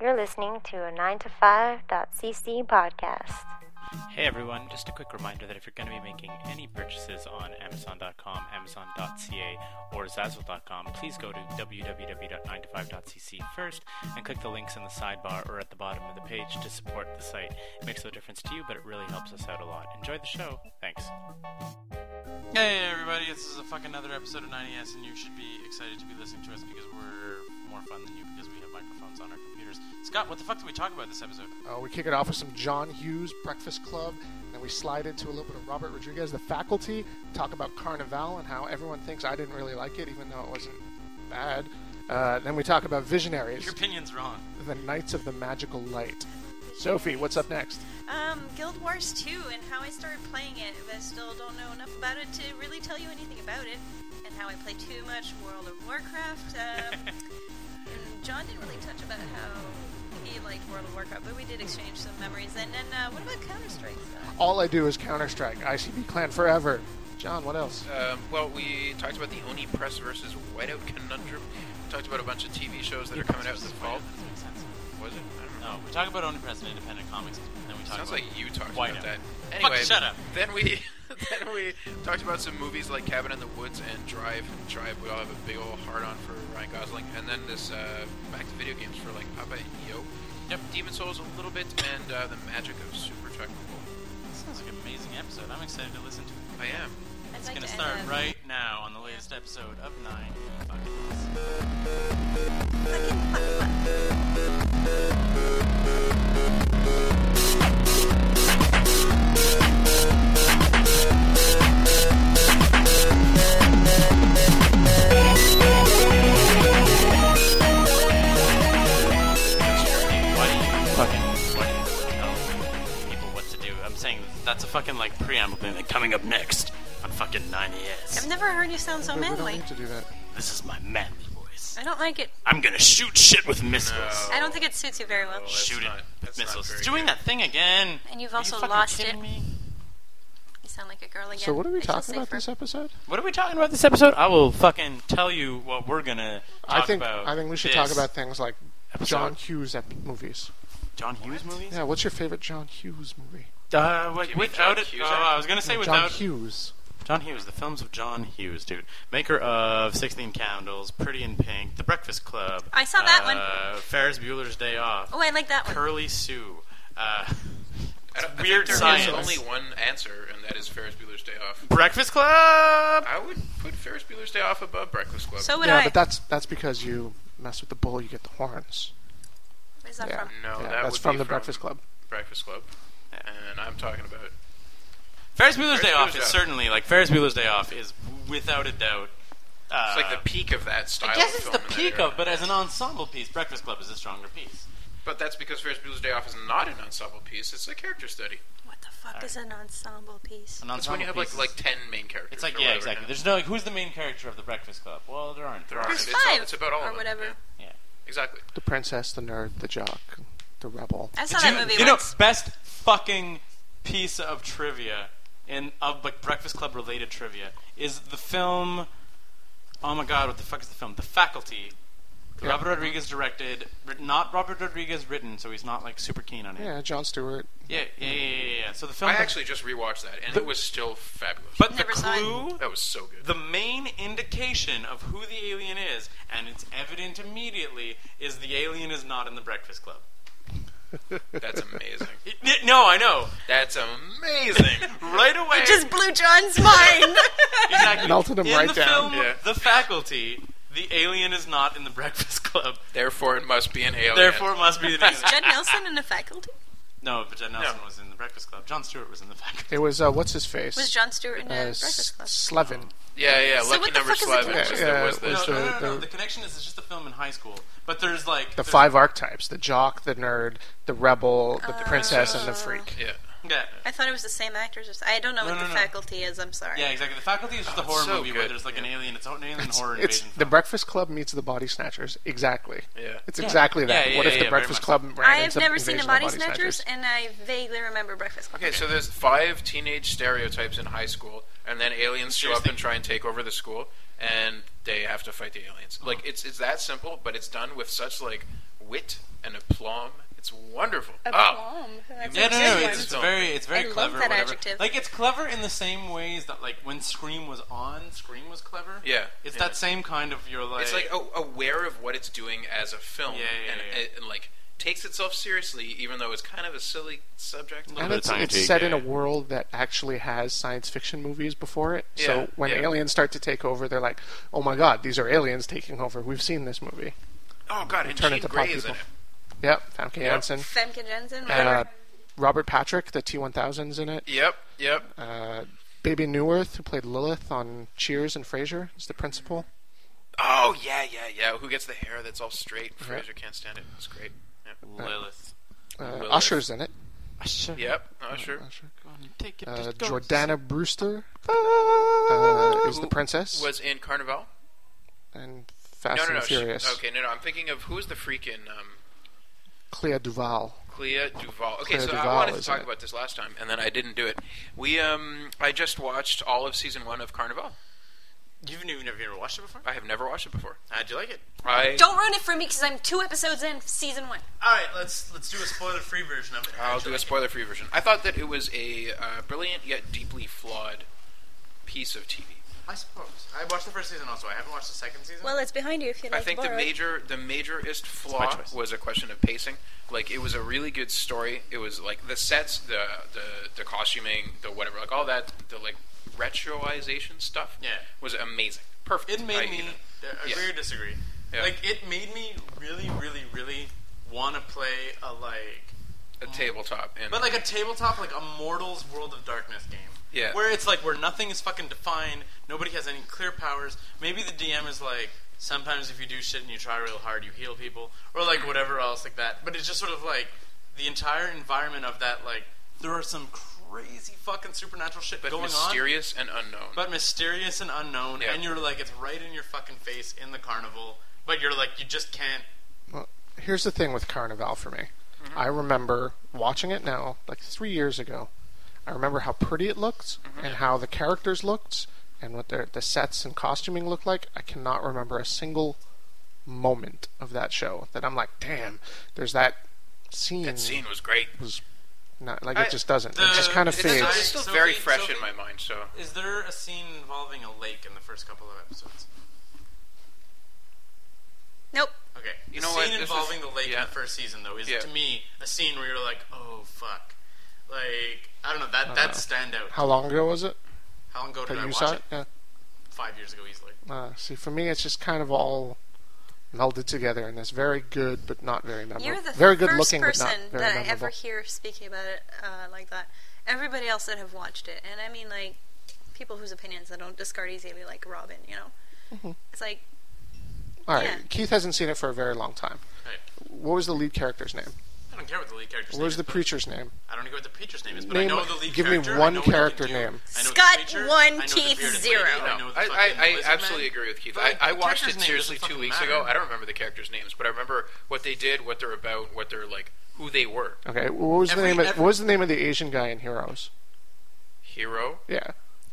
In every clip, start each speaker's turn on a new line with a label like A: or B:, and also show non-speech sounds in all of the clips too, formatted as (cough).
A: You're listening to a 9to5.cc podcast.
B: Hey everyone, just a quick reminder that if you're going to be making any purchases on Amazon.com, Amazon.ca, or Zazzle.com, please go to www.9to5.cc first and click the links in the sidebar or at the bottom of the page to support the site. It makes no difference to you, but it really helps us out a lot. Enjoy the show. Thanks.
C: Hey everybody, this is a fucking another episode of 90s, and you should be excited to be listening to us because we're more fun than you because we have microphones on our computers. Scott, what the fuck did we talk about this episode?
D: Uh, we kick it off with some John Hughes Breakfast Club, and then we slide into a little bit of Robert Rodriguez, The Faculty. Talk about Carnival and how everyone thinks I didn't really like it, even though it wasn't bad. Uh, then we talk about Visionaries,
C: Your opinion's wrong.
D: The Knights of the Magical Light. Sophie, what's up next?
E: Um, Guild Wars 2 and how I started playing it, but I still don't know enough about it to really tell you anything about it, and how I play too much World of Warcraft.
C: (laughs)
E: Um, and John didn't really touch about how he liked World of Warcraft, but we did exchange some memories. And then, uh, what about Counter Strike?
D: All I do is Counter Strike, ICB Clan Forever. John, what else?
F: Um, well, we talked about the Oni Press versus Whiteout Conundrum. We talked about a bunch of TV shows that are coming out in the fall.
C: Doesn't make sense.
F: Was it? I don't know.
C: No, we talk about Only Press and Independent Comics, and then we talk
F: Sounds
C: about...
F: like you talked
C: Whiteout.
F: about that.
C: Fuck,
F: Anyway,
C: shut up.
F: Then we (laughs) then we talked about some movies like Cabin in the Woods and Drive. And Drive, we all have a big old hard on for Ryan Gosling. And then this uh, back to video games for like Papa and Yo. Yep, Demon Souls a little bit, and uh, the magic of Super Truck.
C: This sounds like an amazing episode. I'm excited to listen to it.
F: I am.
E: I'd
C: It's
E: like
C: gonna
E: to
C: start
E: end, um,
C: right now on the latest episode of E 9. Fuck. Why do you fucking why do you tell people what to do? I'm saying that's a fucking like preamble thing. Like coming up next on fucking 90s.
E: (laughs) I've never heard you sound so
D: We- we don't
E: manly.
D: need to do that.
C: This is my manly voice.
E: I don't like it.
C: I'm gonna shoot shit with missiles.
E: I don't think it suits you very well.
F: That's
C: Shoot
F: not-
C: it with
F: that's not
C: missiles.
F: very
C: It's doing
F: good.
C: that thing again.
E: And you've
C: Are you
E: also
C: fucking
E: lost
C: kidding
E: it.
C: me?
E: You sound like a girl again.
D: So, what are we
E: I feel
D: talking about
E: safer.
D: this episode?
C: What are we talking about this episode? I will fucking tell you what we're gonna talk
D: I think
C: about.
D: I think we should
C: this
D: talk about things like
C: episode.
D: John Hughes ep- movies.
C: John Hughes movies.
D: Yeah, wats your favorite John Hughes movie?
C: Uh, what-
F: You mean
C: without
F: John
C: it,
F: Cusack?
C: oh, I was gonna say
D: John
C: without
D: Hughes.
C: John Hughes, the films of John Hughes, dude, maker of Sixteen Candles, Pretty in Pink, The Breakfast Club.
E: I saw that
C: uh, Ferris Bueller's Day Off,
E: Oh, I like that one.
C: Curly Sue.
F: (laughs)
C: Uh,
F: I don't- I think
C: weird
F: there is
C: science.
F: only one answer, and that is Ferris Bueller's Day Off.
C: Breakfast Club.
F: I would put Ferris Bueller's Day Off above Breakfast Club.
E: So would
D: yeah,
E: I.
D: but that's that's because you mess with the bull, you get the horns.
E: Where's that
D: yeah,
E: from?
F: No,
D: yeah,
F: that
D: that's
F: would
D: from
F: be
D: the
F: from-
D: Breakfast Club.
F: Breakfast Club, and I'm talking about
C: Ferris Bueller's Day
F: Ferris
C: Off
F: Bueller's
C: is
F: Day Off.
C: certainly like Ferris Bueller's Day Off is without a doubt. Uh,
F: it's like the peak of that style.
C: I guess
F: of
C: it's
F: film
C: the
F: in that
C: peak
F: era.
C: of, but as an ensemble piece, Breakfast Club is a stronger piece.
F: But that's because Ferris Bueller's Day Off is not an ensemble piece; it's a character study.
E: What the fuck is an ensemble piece?
C: An
F: It's when
C: ensemble
F: you have
C: piece
F: like
C: is-
F: like ten main characters.
C: It's like
F: or
C: yeah,
F: whatever.
C: exactly. There's no like, who's the main character of the Breakfast Club? Well, there aren't.
F: There aren't.
E: There's
F: It's all-
E: five,
F: it's about all
E: or
F: of them,
E: whatever.
F: yeah.
C: Yeah.
F: Exactly.
D: The princess, the nerd, the jock, the rebel.
E: I saw
C: Do
E: that
C: you,
E: movie
C: you know,
E: once.
C: best fucking piece of trivia in of like Breakfast Club related trivia is the film. Oh my god, what the fuck is the film? The Faculty.
D: Yeah.
C: Robert Rodriguez directed, writ- not Robert Rodriguez written, so he's not like super keen on it.
D: Yeah, John Stewart.
C: yeah, yeah, yeah. yeah, yeah. So the film,
F: I actually just rewatched that, and
C: But-
F: it was still fabulous.
C: but the
E: Never saw it.
C: clue,
F: that was so good.
C: the main indication of who the alien is, and it's evident immediately, is the alien is not in the Breakfast Club.
F: That's
C: (laughs)
D: (laughs)
F: amazing.
C: It- it- no, I know.
F: That's amazing.
C: (laughs) Right away,
E: Just blew John's mind.
C: exactly.
D: Melted him
C: in
D: right
C: the
D: down.
C: Film,
F: Yeah.
C: The faculty, the alien is not in the Breakfast Club.
F: Therefore, it must be an E alien.
C: Therefore, it must be (laughs) the
E: Is Judd Nelson in the faculty?
C: No, but Jed Nelson
F: No.
C: was in the Breakfast Club. John Stewart was in the faculty.
D: It was uh, what's his face?
E: Was John Stewart in
D: uh,
E: the Breakfast Club?
D: Slevin.
F: yeah, yeah.
E: So
F: lucky
E: what the
F: number
E: fuck is a
F: Slevin
D: connection?
F: was the, was
D: Yeah,
F: the
D: yeah,
C: No,
D: It's
C: no, no,
D: the-
C: no.
D: the-
C: The connection is it's just a film in high school, but there's like
D: The
C: there's-
D: five archetypes: the jock, the nerd, the rebel, the
E: Oh.
D: princess, and the freak.
F: yeah.
C: Yeah,
E: I thought it was the same actors. Or s- I don't know
C: No,
E: what
C: no, no.
E: the faculty is. I'm sorry.
C: yeah, exactly. The faculty is just a horror
F: so
C: movie where
F: good.
C: there's like an
F: Yeah.
C: alien. It's an alien
D: It's,
C: horror
D: it's
C: invasion.
D: the
C: film.
D: Breakfast Club meets the Body Snatchers. Exactly.
F: Yeah.
D: It's exactly that.
C: Yeah, yeah,
D: what if
C: yeah,
D: the
C: very
D: Breakfast
C: much
D: Club ran
E: I have
D: into
E: never seen
D: Invasion
E: the
D: of
E: Body, Snatchers, and I vaguely remember Breakfast Club.
F: Okay, so there's five teenage stereotypes in high school, and then aliens show up
C: Seriously.
F: and try and take over the school, and they have to fight the aliens. Like it's it's that simple, but it's done with such like wit and a aplomb. It's wonderful.
E: A
F: Ah,
E: plum. That's
G: Yeah,
E: a
G: no,
E: good
G: no,
E: one.
G: it's, it's very, it's very
E: I love
G: clever.
E: that
G: whatever.
E: adjective.
G: Like it's clever in the same ways that like when Scream was on, Scream was clever.
F: Yeah,
G: it's
F: yeah.
G: that same kind of you're like.
F: it's like a aware of what it's doing as a film,
G: Yeah, yeah,
F: and,
G: yeah.
F: and, and, like takes itself seriously, even though it's kind of a silly subject.
G: Little
D: And
G: bit
D: it's,
G: of tongue in
D: it's
G: cheek,
D: set in
G: yeah.
D: a world that actually has science fiction movies before it.
F: Yeah,
D: so when
F: yeah.
D: aliens start to take over, they're like, "Oh my God, these are aliens taking over." We've seen this movie.
F: Oh God, and
D: Turn
F: Jean
D: into
F: Grey
D: pop
F: is in it.
D: people. Yep, Famke Janssen.
H: Femke Jensen.
D: And, uh,
H: whatever.
D: Robert Patrick, the T1000's in it.
F: Yep, yep.
D: Uh, Baby Newirth, who played Lilith on Cheers and Frasier, is the principal.
F: Oh yeah, yeah, yeah. Who gets the hair that's all straight? Fraser can't stand it. It's great. Yep.
G: Lilith.
D: Uh,
F: Lilith.
D: Usher's in it.
F: Yep.
D: Uh,
F: Oh sure.
D: Usher.
G: Take it,
D: Uh,
G: just go.
D: Jordana Brewster uh, is
F: Who
D: the princess.
F: Ah! Was in Carnival.
D: and Fast
F: No, no, no.
D: and
F: she-
D: Furious.
F: okay, no, no. I'm thinking of who's the freaking um,
D: Clea Duval.
F: Clea Duval. Okay,
D: Clea
F: so I
D: Duval
F: wanted to
D: is
F: talk
D: in it.
F: about this last time, and then I didn't do it. We um, I just watched all of season one of Carnival.
G: You've never, never ever watched it before?
F: I have never watched it before.
G: How'd you like it?
F: I
H: Don't ruin it for me because I'm two episodes in season one.
G: All right, let's let's do a spoiler-free version of it.
F: I'll do a spoiler-free version. I thought that it was a uh, brilliant yet deeply flawed piece of TV.
G: I suppose I watched the first season also. I haven't watched the second season.
E: Well, it's behind you if you'd
F: I
E: like
F: think
E: to
F: the
E: borrow it.
F: major the majorist flaw
G: choice.
F: was a question of pacing. Like it was a really good story. It was like the sets, the the the costuming, the whatever, like all that, the like retroization stuff.
G: Yeah.
F: was amazing. Perfect.
G: it made
F: I
G: me
F: even-
G: uh,
F: yeah.
G: agree or disagree.
F: Yeah.
G: Like it made me really, really, really want to play a like,
F: a tabletop and
G: but like a tabletop, like a Mortals World of Darkness game.
F: Yeah.
G: Where it's like where nothing is fucking defined. Nobody has any clear powers. Maybe the DM is like sometimes if you do shit and you try real hard, you heal people, or like whatever else like that. But it's just sort of like the entire environment of that. Like there are some crazy fucking supernatural shit
F: but
G: going on
F: mysterious and unknown.
G: but mysterious and unknown,
F: Yeah.
G: and you're like, it's right in your fucking face in the carnival, but you're like, you just can't.
D: Well, here's the thing with Carnival for me.
F: Mm-hmm.
D: I remember watching it now, like three years ago. I remember how pretty it looked
F: Mm-hmm.
D: and how the characters looked and what their, the sets and costuming looked like. I cannot remember a single moment of that show that I'm like, damn, there's that scene.
F: that scene was great.
D: was not like
F: I-
D: it just doesn't.
G: the-
D: it just kind of
G: Uh, it's
F: It's, still- it's
D: fades.
F: still
G: Sophie-
F: very fresh
G: Sophie-
F: in my mind. So
G: Is there a scene involving a lake in the first couple of episodes?
E: Nope.
G: Okay.
F: You
G: the
F: know what,
G: scene
F: this is-
G: involving the lake
F: yeah.
G: in the first season, though, is
F: Yeah.
G: to me a scene where you're like, oh, fuck. Like, I don't know, that that's standout.
D: How long ago was it
G: How long ago did
D: that
G: I
D: you
G: watch
D: saw
G: it?
D: it? Yeah.
G: Five years ago, easily.
D: Uh, see, for me, it's just kind of all melded together, and it's very good, but not very memorable.
E: You're the
D: very good
E: first
D: looking, but
E: person
D: not very
E: that I
D: memorable.
E: ever hear speaking about it uh, like that. Everybody else that have watched it, and I mean like people whose opinions I don't discard easily, like Robin. You know, it's like
D: All right,
E: yeah.
D: Keith hasn't seen it for a very long time.
G: Right.
D: What was the lead character's name?
G: I don't care what the lead character's
D: What
G: name
D: was the
G: is, but-
D: preacher's name?
G: I don't know what the preacher's name is, but I
D: Name-
G: know the lead
D: give me
G: character. I
D: one
G: know what he can
D: character
G: do.
D: name.
G: I know the
E: Scott
G: preacher,
E: one,
G: I know the
E: Keith
G: bearded lady,
E: zero.
G: I know
F: No,
G: the
F: I,
G: fucking
F: I,
G: lizard
F: I absolutely
G: man.
F: agree with Keith.
G: But
F: I, I
G: the
F: watched
G: characters'
F: it
G: name
F: seriously
G: doesn't
F: two
G: fucking
F: weeks
G: matter.
F: ago. I don't remember the characters' names, but I remember what they did, what they're about, what they're like, who they were.
D: Okay, what was
G: Every-
D: the name? Of,
G: every-
D: what was the name of the Asian guy in Heroes?
F: Hero.
D: Yeah,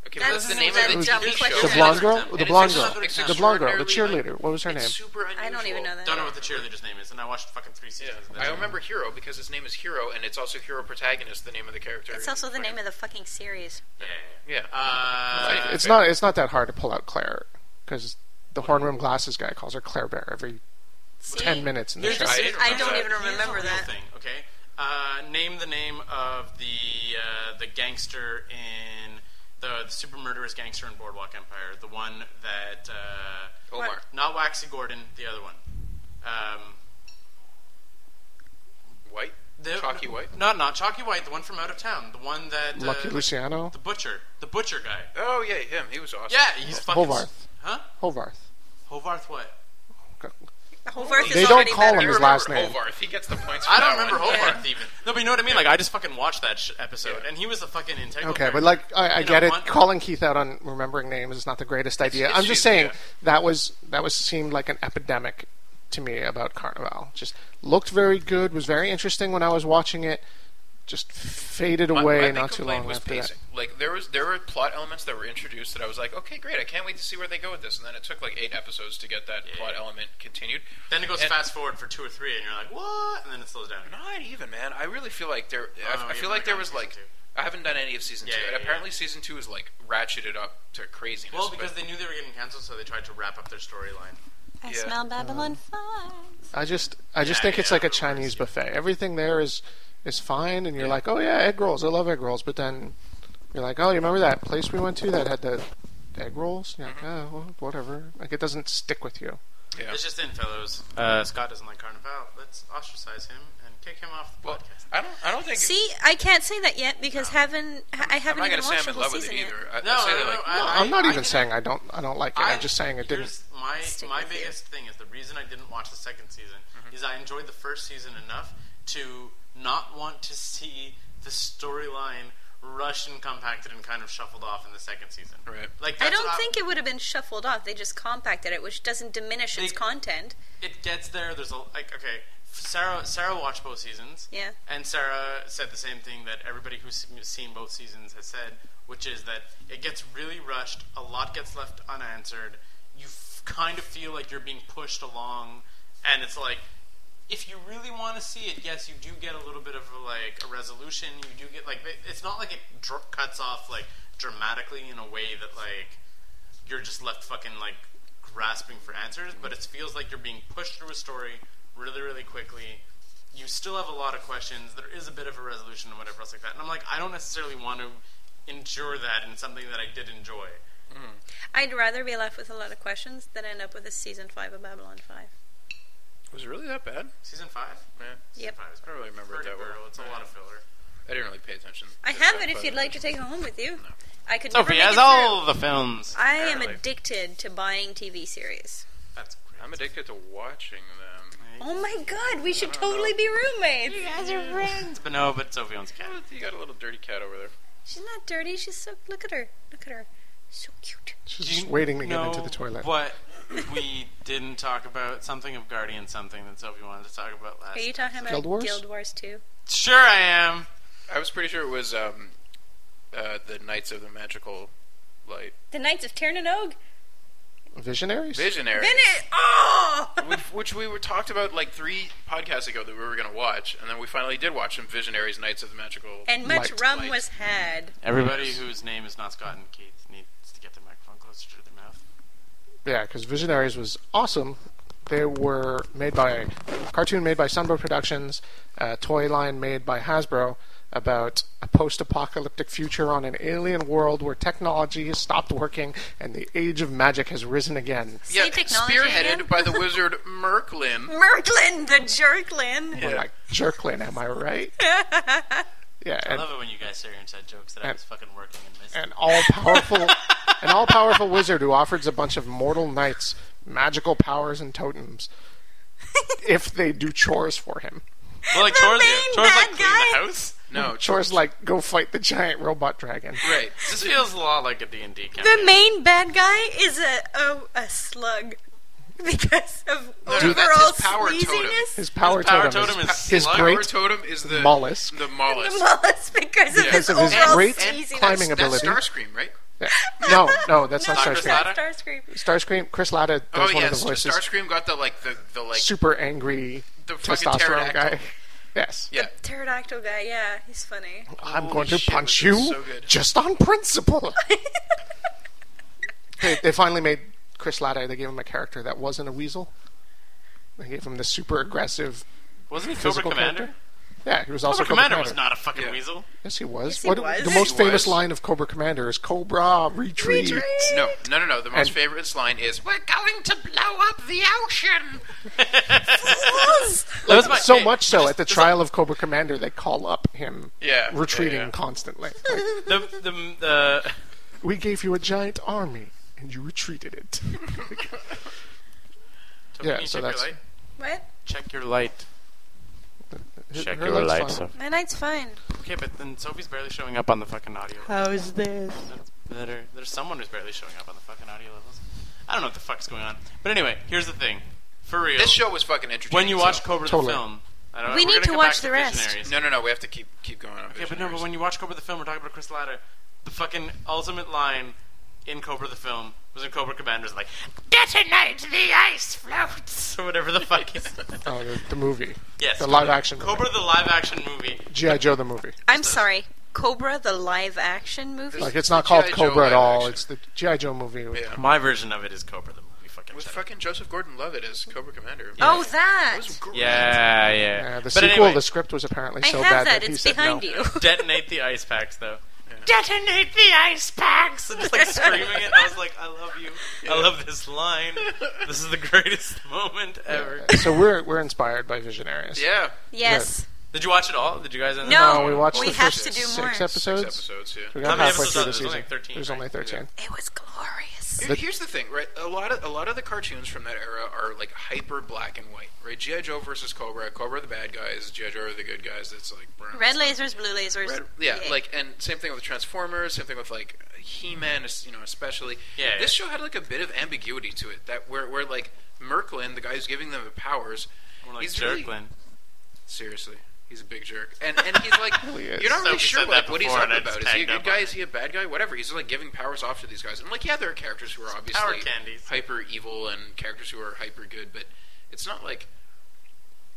F: Okay,
E: That's
F: what's the
E: a
F: name
E: dumb
F: of the TV
E: question.
F: show?
D: the blonde girl,
G: example.
D: the
G: And
D: blonde
G: it's
D: girl,
G: another
D: the
G: example.
D: blonde girl, the
F: extraordinarily-
D: cheerleader. What was her
F: It's
D: name?
F: super unusual.
E: I don't even know that.
G: Don't know what the cheerleader's name is, and I watched fucking three
F: Yeah.
G: seasons. of Uh, that.
F: I remember Hero because his name is Hero, and it's also Hero Protagonist, the name of the character.
E: It's also the name of the fucking series.
G: Yeah.
F: Yeah.
G: Uh,
D: It's not. It's not that hard to pull out Claire, because the horn rim glasses guy calls her Claire Bear every ten minutes in the
G: here's
D: show.
G: the
F: I
G: secret.
F: didn't I
E: don't
G: Here's
E: even
G: a
E: remember
G: real
E: that.
G: Thing, okay. Uh, name the name of the uh, the gangster in the, the super murderous gangster in Boardwalk Empire. The one that uh,
F: Omar.
G: not Waxy Gordon, the other one. Um,
F: White.
G: the,
F: Chalky White.
G: No, not Chalky White. The one from out of town. The one that uh,
D: Lucky Luciano,
G: The butcher. The butcher guy.
F: Oh yeah, him. He was awesome.
G: Yeah, he's fucking.
D: Hovarth.
G: Huh?
D: Hovarth.
G: Hovarth what?
E: Hovarth is
D: They don't
E: already
D: call
E: better.
F: You
D: him his
F: remember
D: last name.
F: Hovarth. He gets the points. For
G: I don't
F: that
G: remember
F: one.
G: Hovarth
F: (laughs)
G: even. No, but you know what I mean. Like I just fucking watched that sh- episode,
F: Yeah.
G: and he was the fucking integral.
D: Okay,
G: character.
D: but like I, I
G: You
D: get
G: know,
D: it.
G: one-
D: Calling Keith out on remembering names is not the greatest idea.
F: it's
D: I'm just
F: cheesy,
D: saying
F: yeah.
D: that was that was seemed like an epidemic to me about Carnival. Just looked very good, was very interesting when I was watching it. Just faded
F: My-
D: away
F: my big
D: not too
F: complaint
D: long
F: was
D: after
F: pacing. Like there was there were plot elements that were introduced that I was like, okay, great, I can't wait to see where they go with this. And then it took like eight episodes to get that plot element continued.
G: Then it goes
F: And-
G: fast forward for two or three, and you're like, what? And then
C: then it slows down again.
F: Not even, man. I really feel like there.
C: Oh,
G: Um,
F: I, I
C: you
F: feel
C: haven't
F: like there
C: gone
F: was
C: season
F: like.
C: two.
F: I haven't done any of season
C: Yeah,
F: two,
C: yeah,
F: and
C: yeah.
F: apparently season two is like ratcheted up to craziness.
C: Well,
F: but-
C: because they knew they were getting canceled, so they tried to wrap up their storyline.
E: I
F: Yeah.
E: smell Babylon 5.
D: I just I just think it's
C: yeah,
D: like a
C: of course,
D: Chinese buffet. Everything there is is fine, and you're like, oh yeah, egg rolls. I love egg rolls. But then you're like, oh, you remember that place we went to that had the egg rolls? And You're like, oh, well, whatever. Like it doesn't stick with you.
F: yeah.
C: It's just in, fellows. Uh, Scott doesn't like Carnival. Let's ostracize him and kick him off the
F: well,
C: podcast.
F: I don't. I don't think.
E: See, I can't say that yet because haven't I
F: I'm
E: haven't
F: not
E: even
F: gonna
E: watched
F: say I'm
E: the whole
F: in love with it
E: season yet.
F: either. I,
C: No,
F: I say
C: no,
F: that, like,
C: no, I-
D: I'm not
C: I
D: even
C: didn't-
D: saying I don't I don't like it. I, am just saying it didn't.
C: Here's my
E: Stick
C: my
E: with you.
C: biggest thing is the reason I didn't watch the second season is I enjoyed the first season enough to not want to see the storyline rushed and compacted and kind of shuffled off in the second season.
F: Right.
C: Like
E: I
C: that's
E: don't
C: what
E: think it would have been shuffled off. They just compacted it, which doesn't diminish its
C: They-
E: content.
C: it gets there. There's a like okay. Sarah Sarah watched both seasons.
E: Yeah.
C: And Sarah said the same thing that everybody who's se- seen both seasons has said, which is that it gets really rushed. A lot gets left unanswered. You f- kind of feel like you're being pushed along, and it's like. If you really want to see it, yes, you do get a little bit of a, like a resolution. You do get like it- it's not like it dr- cuts off like dramatically in a way that like you're just left fucking like grasping for answers, but it feels like you're being pushed through a story really, really quickly. You still have a lot of questions. There is a bit of a resolution and whatever else like that. And I'm like, I don't necessarily want to endure that in something that I did enjoy.
E: I'd rather be left with a lot of questions than end up with a season five of Babylon Five.
F: was it really that bad?
C: Season five?
F: Yeah.
E: Yep.
C: Five is
F: I don't really remember it
C: pretty
F: that well.
C: brutal. It's a lot of filler.
F: I didn't really pay attention.
E: I
F: to
E: have
F: that
E: it if
F: part
E: you'd
F: of
E: like to take it home with you. I could never
C: Sophie
E: make
C: has
E: it through.
C: all the films.
E: I am
F: Apparently.
E: addicted to buying TV series.
C: That's great.
F: I'm addicted to watching them.
E: Oh my god, we should totally be roommates.
C: (laughs) But no, but Sophie owns a cat.
F: Oh, You got a little dirty cat over there.
E: She's not dirty. She's so look at her. Look at her. So cute.
D: She's
C: Do you
D: just waiting to get
C: know
D: into the toilet.
C: What we didn't talk about something of Guardian something that Sophie wanted to talk about last.
E: Are you talking about
D: Guild Wars?
E: Guild Wars 2?
C: Sure, I am.
F: I was pretty sure it was um, uh, the Knights of the Magical Light.
E: The Knights of Ternanog?
D: Visionaries?
F: Visionary.
E: Bennett! Oh!
F: Which, which we were talked about like three podcasts ago that we were going to watch, and then we finally did watch some Visionaries Knights of the Magical.
E: And much
D: Light,
E: rum
F: light.
E: was had.
C: Everybody
F: Yes.
C: whose name is not Scott and Keith needs to get their microphone closer to their mouth.
D: Yeah, because Visionaries was awesome. They were made by cartoon made by Sunbow Productions, a toy line made by Hasbro about a post-apocalyptic future on an alien world where technology has stopped working and the age of magic has risen again.
F: yeah,
E: Say technology
F: spearheaded
E: again?
F: by the wizard
E: (laughs)
F: Merklin.
E: Merklin, the Jerklin.
D: We're like Jerklin, am
C: (laughs)
D: I right? yeah,
C: I
D: and,
C: love it when you guys say your inside jokes that I
D: and-
C: was fucking working and missing.
D: an
F: (laughs)
D: all-powerful, an all-powerful wizard who offers a bunch of mortal knights magical powers and totems if they do chores for him.
C: well, like
E: The
C: chores,
E: main
C: chores like
E: bad
C: clean the
E: guy?
C: house.
F: No,
D: Chores like go fight the giant robot dragon.
F: right.
C: This feels a lot like a D and D
E: The main bad guy is a, a, a slug because of
F: No, no, that's his
E: overall
F: power totem.
E: sleaziness.
D: His power,
C: His power
D: totem,
C: totem
D: is,
C: is
D: his
C: slug
D: great
F: Our totem is the
D: mollusk.
F: The mollusk.
E: Mollusk because of
F: Yeah.
E: his
D: because of his
E: overall
D: great
E: sleaziness.
D: climbing
F: That's
D: ability.
F: Starscream, right?
D: Yeah. No, no, that's not
C: Chris
E: it's
D: Starscream.
E: not Starscream.
D: Starscream, Chris Latta
F: Oh
D: does one
F: yeah,
D: of the voices.
F: Starscream got the like the the like
D: Super angry
F: The fucking
D: testosterone
F: pterodactyl.
D: guy. (laughs) Yes.
F: yeah.
E: Pterodactyl guy, yeah, he's funny.
D: I'm
F: Holy
D: going to
F: shit,
D: punch
F: this
D: you
F: is so good.
D: just on principle. they, they finally made Chris Latta, they gave him a character that wasn't a weasel. They gave him the super aggressive
C: Wasn't he Cobra
D: physical
C: Commander?
D: character. Yeah, he was also
C: Cobra Commander was not a fucking
F: Yeah.
C: weasel.
D: Yes, he was.
E: Yes, he
D: what,
E: was.
D: The most
F: He
D: famous
F: was.
D: line of Cobra Commander is Cobra retreat.
F: No, no, no, no. The most
D: And-
F: favorite line is "We're going to blow up the ocean."
C: That was my-
D: so
C: hey,
D: much so, at the
C: just-
D: trial of Cobra Commander, they call up him
F: Yeah,
D: retreating
F: yeah, yeah.
D: constantly. Like,
C: The the (laughs) the
D: we gave you a giant army, and you retreated it. yeah,
C: Can you
D: so
C: check
D: that's
C: your light?
E: What?
C: check your light.
D: her-
I: Check
D: her
I: your
D: light's
I: lights.
D: fine.
I: Sophie.
E: My night's fine.
C: Okay, but then Sophie's barely showing up on the fucking audio.
J: How is this?
C: That's better. There's someone who's barely showing up on the fucking audio levels. I don't know what the fuck's going on. But anyway, here's the thing. For real,
F: This show was fucking entertaining.
C: when you
F: so-
C: watch Cobra
D: Totally.
C: the film, I don't,
E: We
C: we're
E: need
C: gonna
E: to
C: get
E: watch
C: back
E: the rest.
C: Visionaries.
F: no, no, no, we have to keep keep going on.
C: Yeah, but no, but when you watch Cobra the film, we're talking about Chris Latta. The fucking ultimate line
G: in Cobra the film was in Cobra Commander's like, detonate the ice floats (laughs) or whatever the fuck
D: (laughs)
G: is.
D: Oh, the, the movie.
G: yes,
D: The
G: Cobra-
D: live action movie.
G: Cobra the live action movie.
D: G.I. Joe the movie.
E: I'm sorry. Cobra, the live action movie?
D: Like it's not called
F: G.I. Joe
D: Cobra at
F: live
D: all.
F: action.
D: It's the G.I. Joe movie. with-
F: Yeah.
G: My version of it is Cobra the movie. Fucking.
F: With
G: shut up.
F: fucking Joseph Gordon-Levitt as Cobra Commander.
E: Oh,
F: It
E: that!
F: was great.
C: Yeah, yeah.
D: Yeah, the
G: But
D: sequel,
G: anyway.
D: the script was apparently
E: I
D: so
E: have
D: bad
E: that.
D: he
E: It's
D: said
E: behind
D: no.
E: you.
F: (laughs)
G: detonate the ice packs though. Detonate the ice
D: (laughs)
G: packs! And just like screaming it, and I was like, I love you. I love this line. This is
C: (laughs)
G: the greatest moment ever.
D: So we're we're inspired by Visionaries.
F: Yeah.
E: Yes.
G: Did you watch it all? Did you guys end
E: No.
D: Oh, we watched
E: We
D: the
E: have
D: first
E: to do
D: six
E: more. Six
D: episodes.
F: Six episodes,
D: We
F: yeah.
D: got
G: How many
D: halfway through the
G: episodes?
D: season.
G: There's only like 13,
D: There's only
G: right?
D: 13.
E: It was glorious.
F: Here- Here's the thing, right? A lot of a lot of the cartoons from that era are like hyper black and white, right? GI Joe versus Cobra, Cobra are the bad guys, GI Joe are the good guys. That's like brown.
E: Red lasers, blue lasers.
F: Red- yeah,
E: Yay.
F: like and same thing with Transformers, same thing with like He-Man, es- you know, especially.
G: Yeah,
F: This show had like a bit of ambiguity to it that where where like Merklin, the guy who's giving them the powers,
G: More like
F: he's
G: Jerklin.
F: really seriously. He's a big jerk, and and he's like,
D: Really is.
F: you're not really
G: Sophie
F: sure
G: said
F: like,
G: that
F: what he's
G: before,
F: up
G: and I just
F: about. Is he a
G: tagged
F: good
G: up
F: guy?
G: on
F: Is he a bad guy? Whatever. He's like giving powers off to these guys. And I'm like, yeah, there are characters who are obviously
G: power candies.
F: hyper evil and characters who are hyper good, but it's not like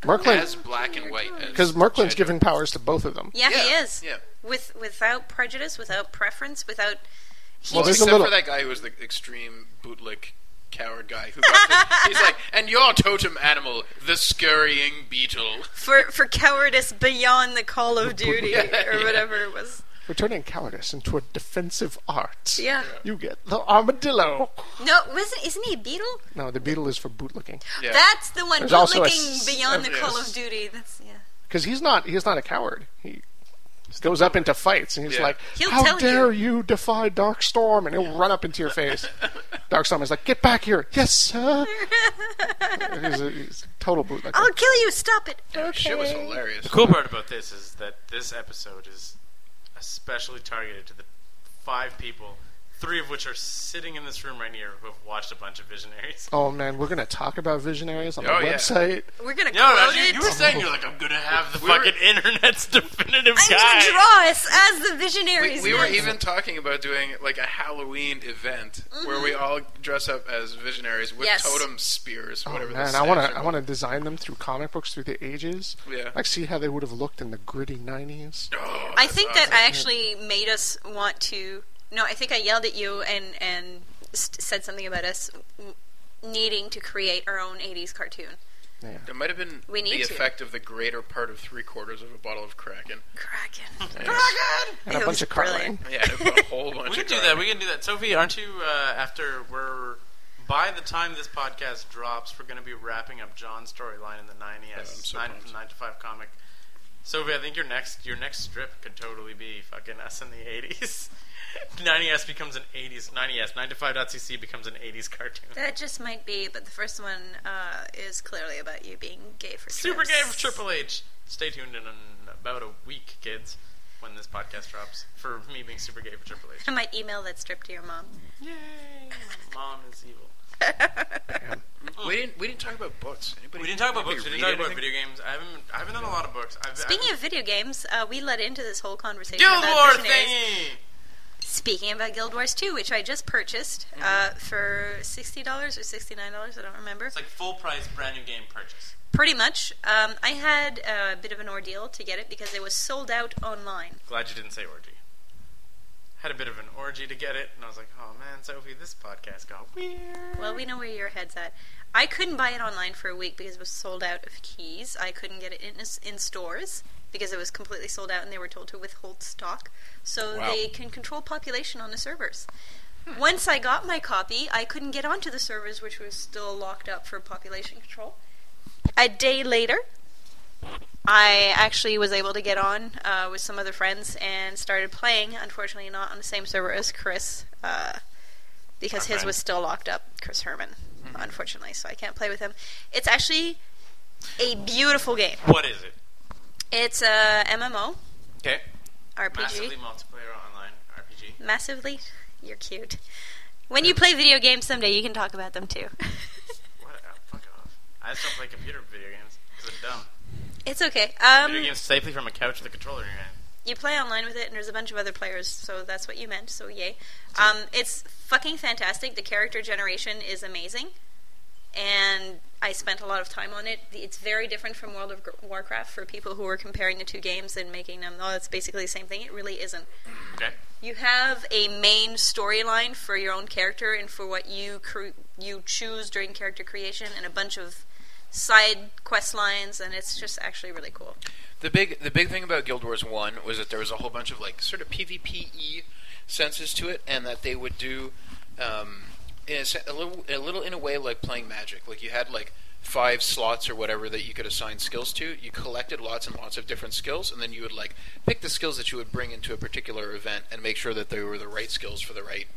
F: as
D: Merklin,
F: black and white as
D: because Merklin's
F: G.I. Joe.
D: giving powers to both of them.
E: yeah,
F: yeah,
E: he is.
F: Yeah.
E: With without prejudice, without preference, without he
D: Well,
E: just-
D: there's a
F: Except
D: little-
F: for that guy who was the extreme bootlick coward guy who
E: (laughs)
F: got the, he's like, and your totem animal, the scurrying beetle.
E: for for cowardice beyond the call
F: (laughs)
E: of duty or
F: yeah.
E: whatever it was.
D: We're turning cowardice into a defensive art.
E: Yeah.
D: You get the armadillo.
E: No, wasn't isn't he a beetle?
D: No, the beetle is for bootlicking.
F: Yeah.
E: That's the one
D: There's also a
E: looking
D: s-
E: beyond the call
F: yes.
E: of duty. That's yeah.
D: Because he's not he's not a coward. He goes up into fights and he's
F: Yeah.
D: like,
E: He'll
D: "How
E: tell
D: dare you. defy Dark Storm?" And he'll run up into your
F: (laughs)
D: face. Dark Storm is like, "Get back here!" Yes,
E: (laughs)
D: sir. he's, a, he's a total bootlicker.
E: I'll kill you. Stop it.
F: Shit was hilarious.
C: The
G: cool part about this is that this episode is especially targeted to the five people, three of which are sitting in this room right here who have watched a bunch of Visionaries.
D: Oh man, we're gonna talk about Visionaries on the
F: Oh, yeah.
D: website.
E: We're gonna
G: No, no,
E: quote
G: you,
E: it.
G: you were saying you're like, I'm gonna have (laughs) the
F: We were-
G: fucking internet's (laughs) definitive
E: I'm
G: guide.
E: gonna draw us as the visionaries.
F: We, we were
E: next.
F: even talking about doing like a Halloween event where we all dress up as visionaries with
E: Mm-hmm. Yes.
F: totem spears,
D: Oh,
F: whatever. the
D: man, I
F: statues
D: want
F: are.
D: to I want to design them through comic books through the ages.
F: Yeah.
D: Like see how they would have looked in the gritty '90s.
F: Oh,
E: I
F: that's
E: think
F: awesome.
E: that I actually made us want to. No, I think I yelled at you and and st- said something about us n- needing to create our own '80s cartoon.
F: It might have been
E: We need
F: the
E: to.
F: effect of the greater part of three quarters of a bottle of Kraken.
E: Kraken.
D: And a
E: It
D: bunch
E: was
D: of
E: brilliant.
D: carling.
F: Yeah,
E: (laughs)
F: a whole bunch
G: We can
F: of
G: do
F: Kraken.
G: that. We can do that. Sophie, aren't you uh, after we're by the time this podcast drops, we're going to be wrapping up John's storyline in the nine
F: I'm
G: ES
F: so
G: nine
F: pumped.
G: nine to five comic. Sophie, I think your next your next strip could totally be fucking us in the eighties. (laughs) 90s becomes an 80s 90s 9 to 5.cc becomes an 80s cartoon.
E: That just might be, but the first one uh, is clearly about you being gay for
G: Super
E: trips.
G: game of Triple H. Stay tuned in about a week, kids, when this podcast drops for me being super gay for Triple H.
E: I might email that strip to your mom.
G: Yay! Mom is evil.
F: We didn't. We didn't talk about books. Anybody,
G: We didn't talk about
F: anybody
G: books. We didn't
F: read
G: talk about
F: anything?
G: video games. I haven't. I haven't done a lot of books. I've,
E: Speaking
G: I've,
E: of video games, uh, we led into this whole conversation
G: Guild
E: about
G: War
E: missionaries.
G: thingy,
E: Speaking about Guild Wars 2, which I just purchased
G: Mm-hmm.
E: uh, for $60 or $69, I don't remember.
G: it's like full price, brand new game purchase.
E: Pretty much. Um, I had a bit of an ordeal to get it because it was sold out online.
G: Glad you didn't say orgy. Had a bit of an orgy to get it, and I was like, oh man, Sophie, this podcast got weird.
E: Well, we know where your head's at. I couldn't buy it online for a week because it was sold out of keys. I couldn't get it in, in stores because it was completely sold out and they were told to withhold stock. So
F: Wow.
E: they can control population on the servers.
G: Hmm.
E: Once I got my copy, I couldn't get onto the servers, which was still locked up for population control. A day later, I actually was able to get on uh, with some other friends and started playing. Unfortunately, not on the same server as Chris. Uh, because
G: Our
E: his
G: friend. Mm-hmm.
E: was still locked up, Chris Herman, unfortunately. So I can't play with him. It's actually a beautiful game.
G: What is it?
E: It's uh, a MMO
G: Okay.
E: RPG.
G: Massively
E: Massively.
G: multiplayer online RPG.
E: You're cute. When you play video games someday, you can talk about them too.
G: What? Oh, fuck off. I just don't play computer video games because I'm dumb.
E: (laughs) it's okay. Um,
G: Video games safely from a couch with a controller in your hand.
E: you play online with it, and there's a bunch of other players, so that's what you meant. So yay! Um, it's fucking fantastic. The character generation is amazing, and I spent a lot of time on it. It's very different from World of Gr- Warcraft for people who are comparing the two games and making them. Oh, it's basically the same thing. It really isn't.
G: Okay.
E: You have a main storyline for your own character and for what you cre- you choose during character creation, and a bunch of side quest lines, and it's just actually really cool.
F: The big the big thing about Guild Wars One was that there was a whole bunch of like sort of PvPe senses to it, and that they would do um, in a, se- a little a little in a way like playing Magic. Like you had like five slots or whatever that you could assign skills to. You collected lots and lots of different skills, and then you would like pick the skills that you would bring into a particular event and make sure that they were the right skills for the right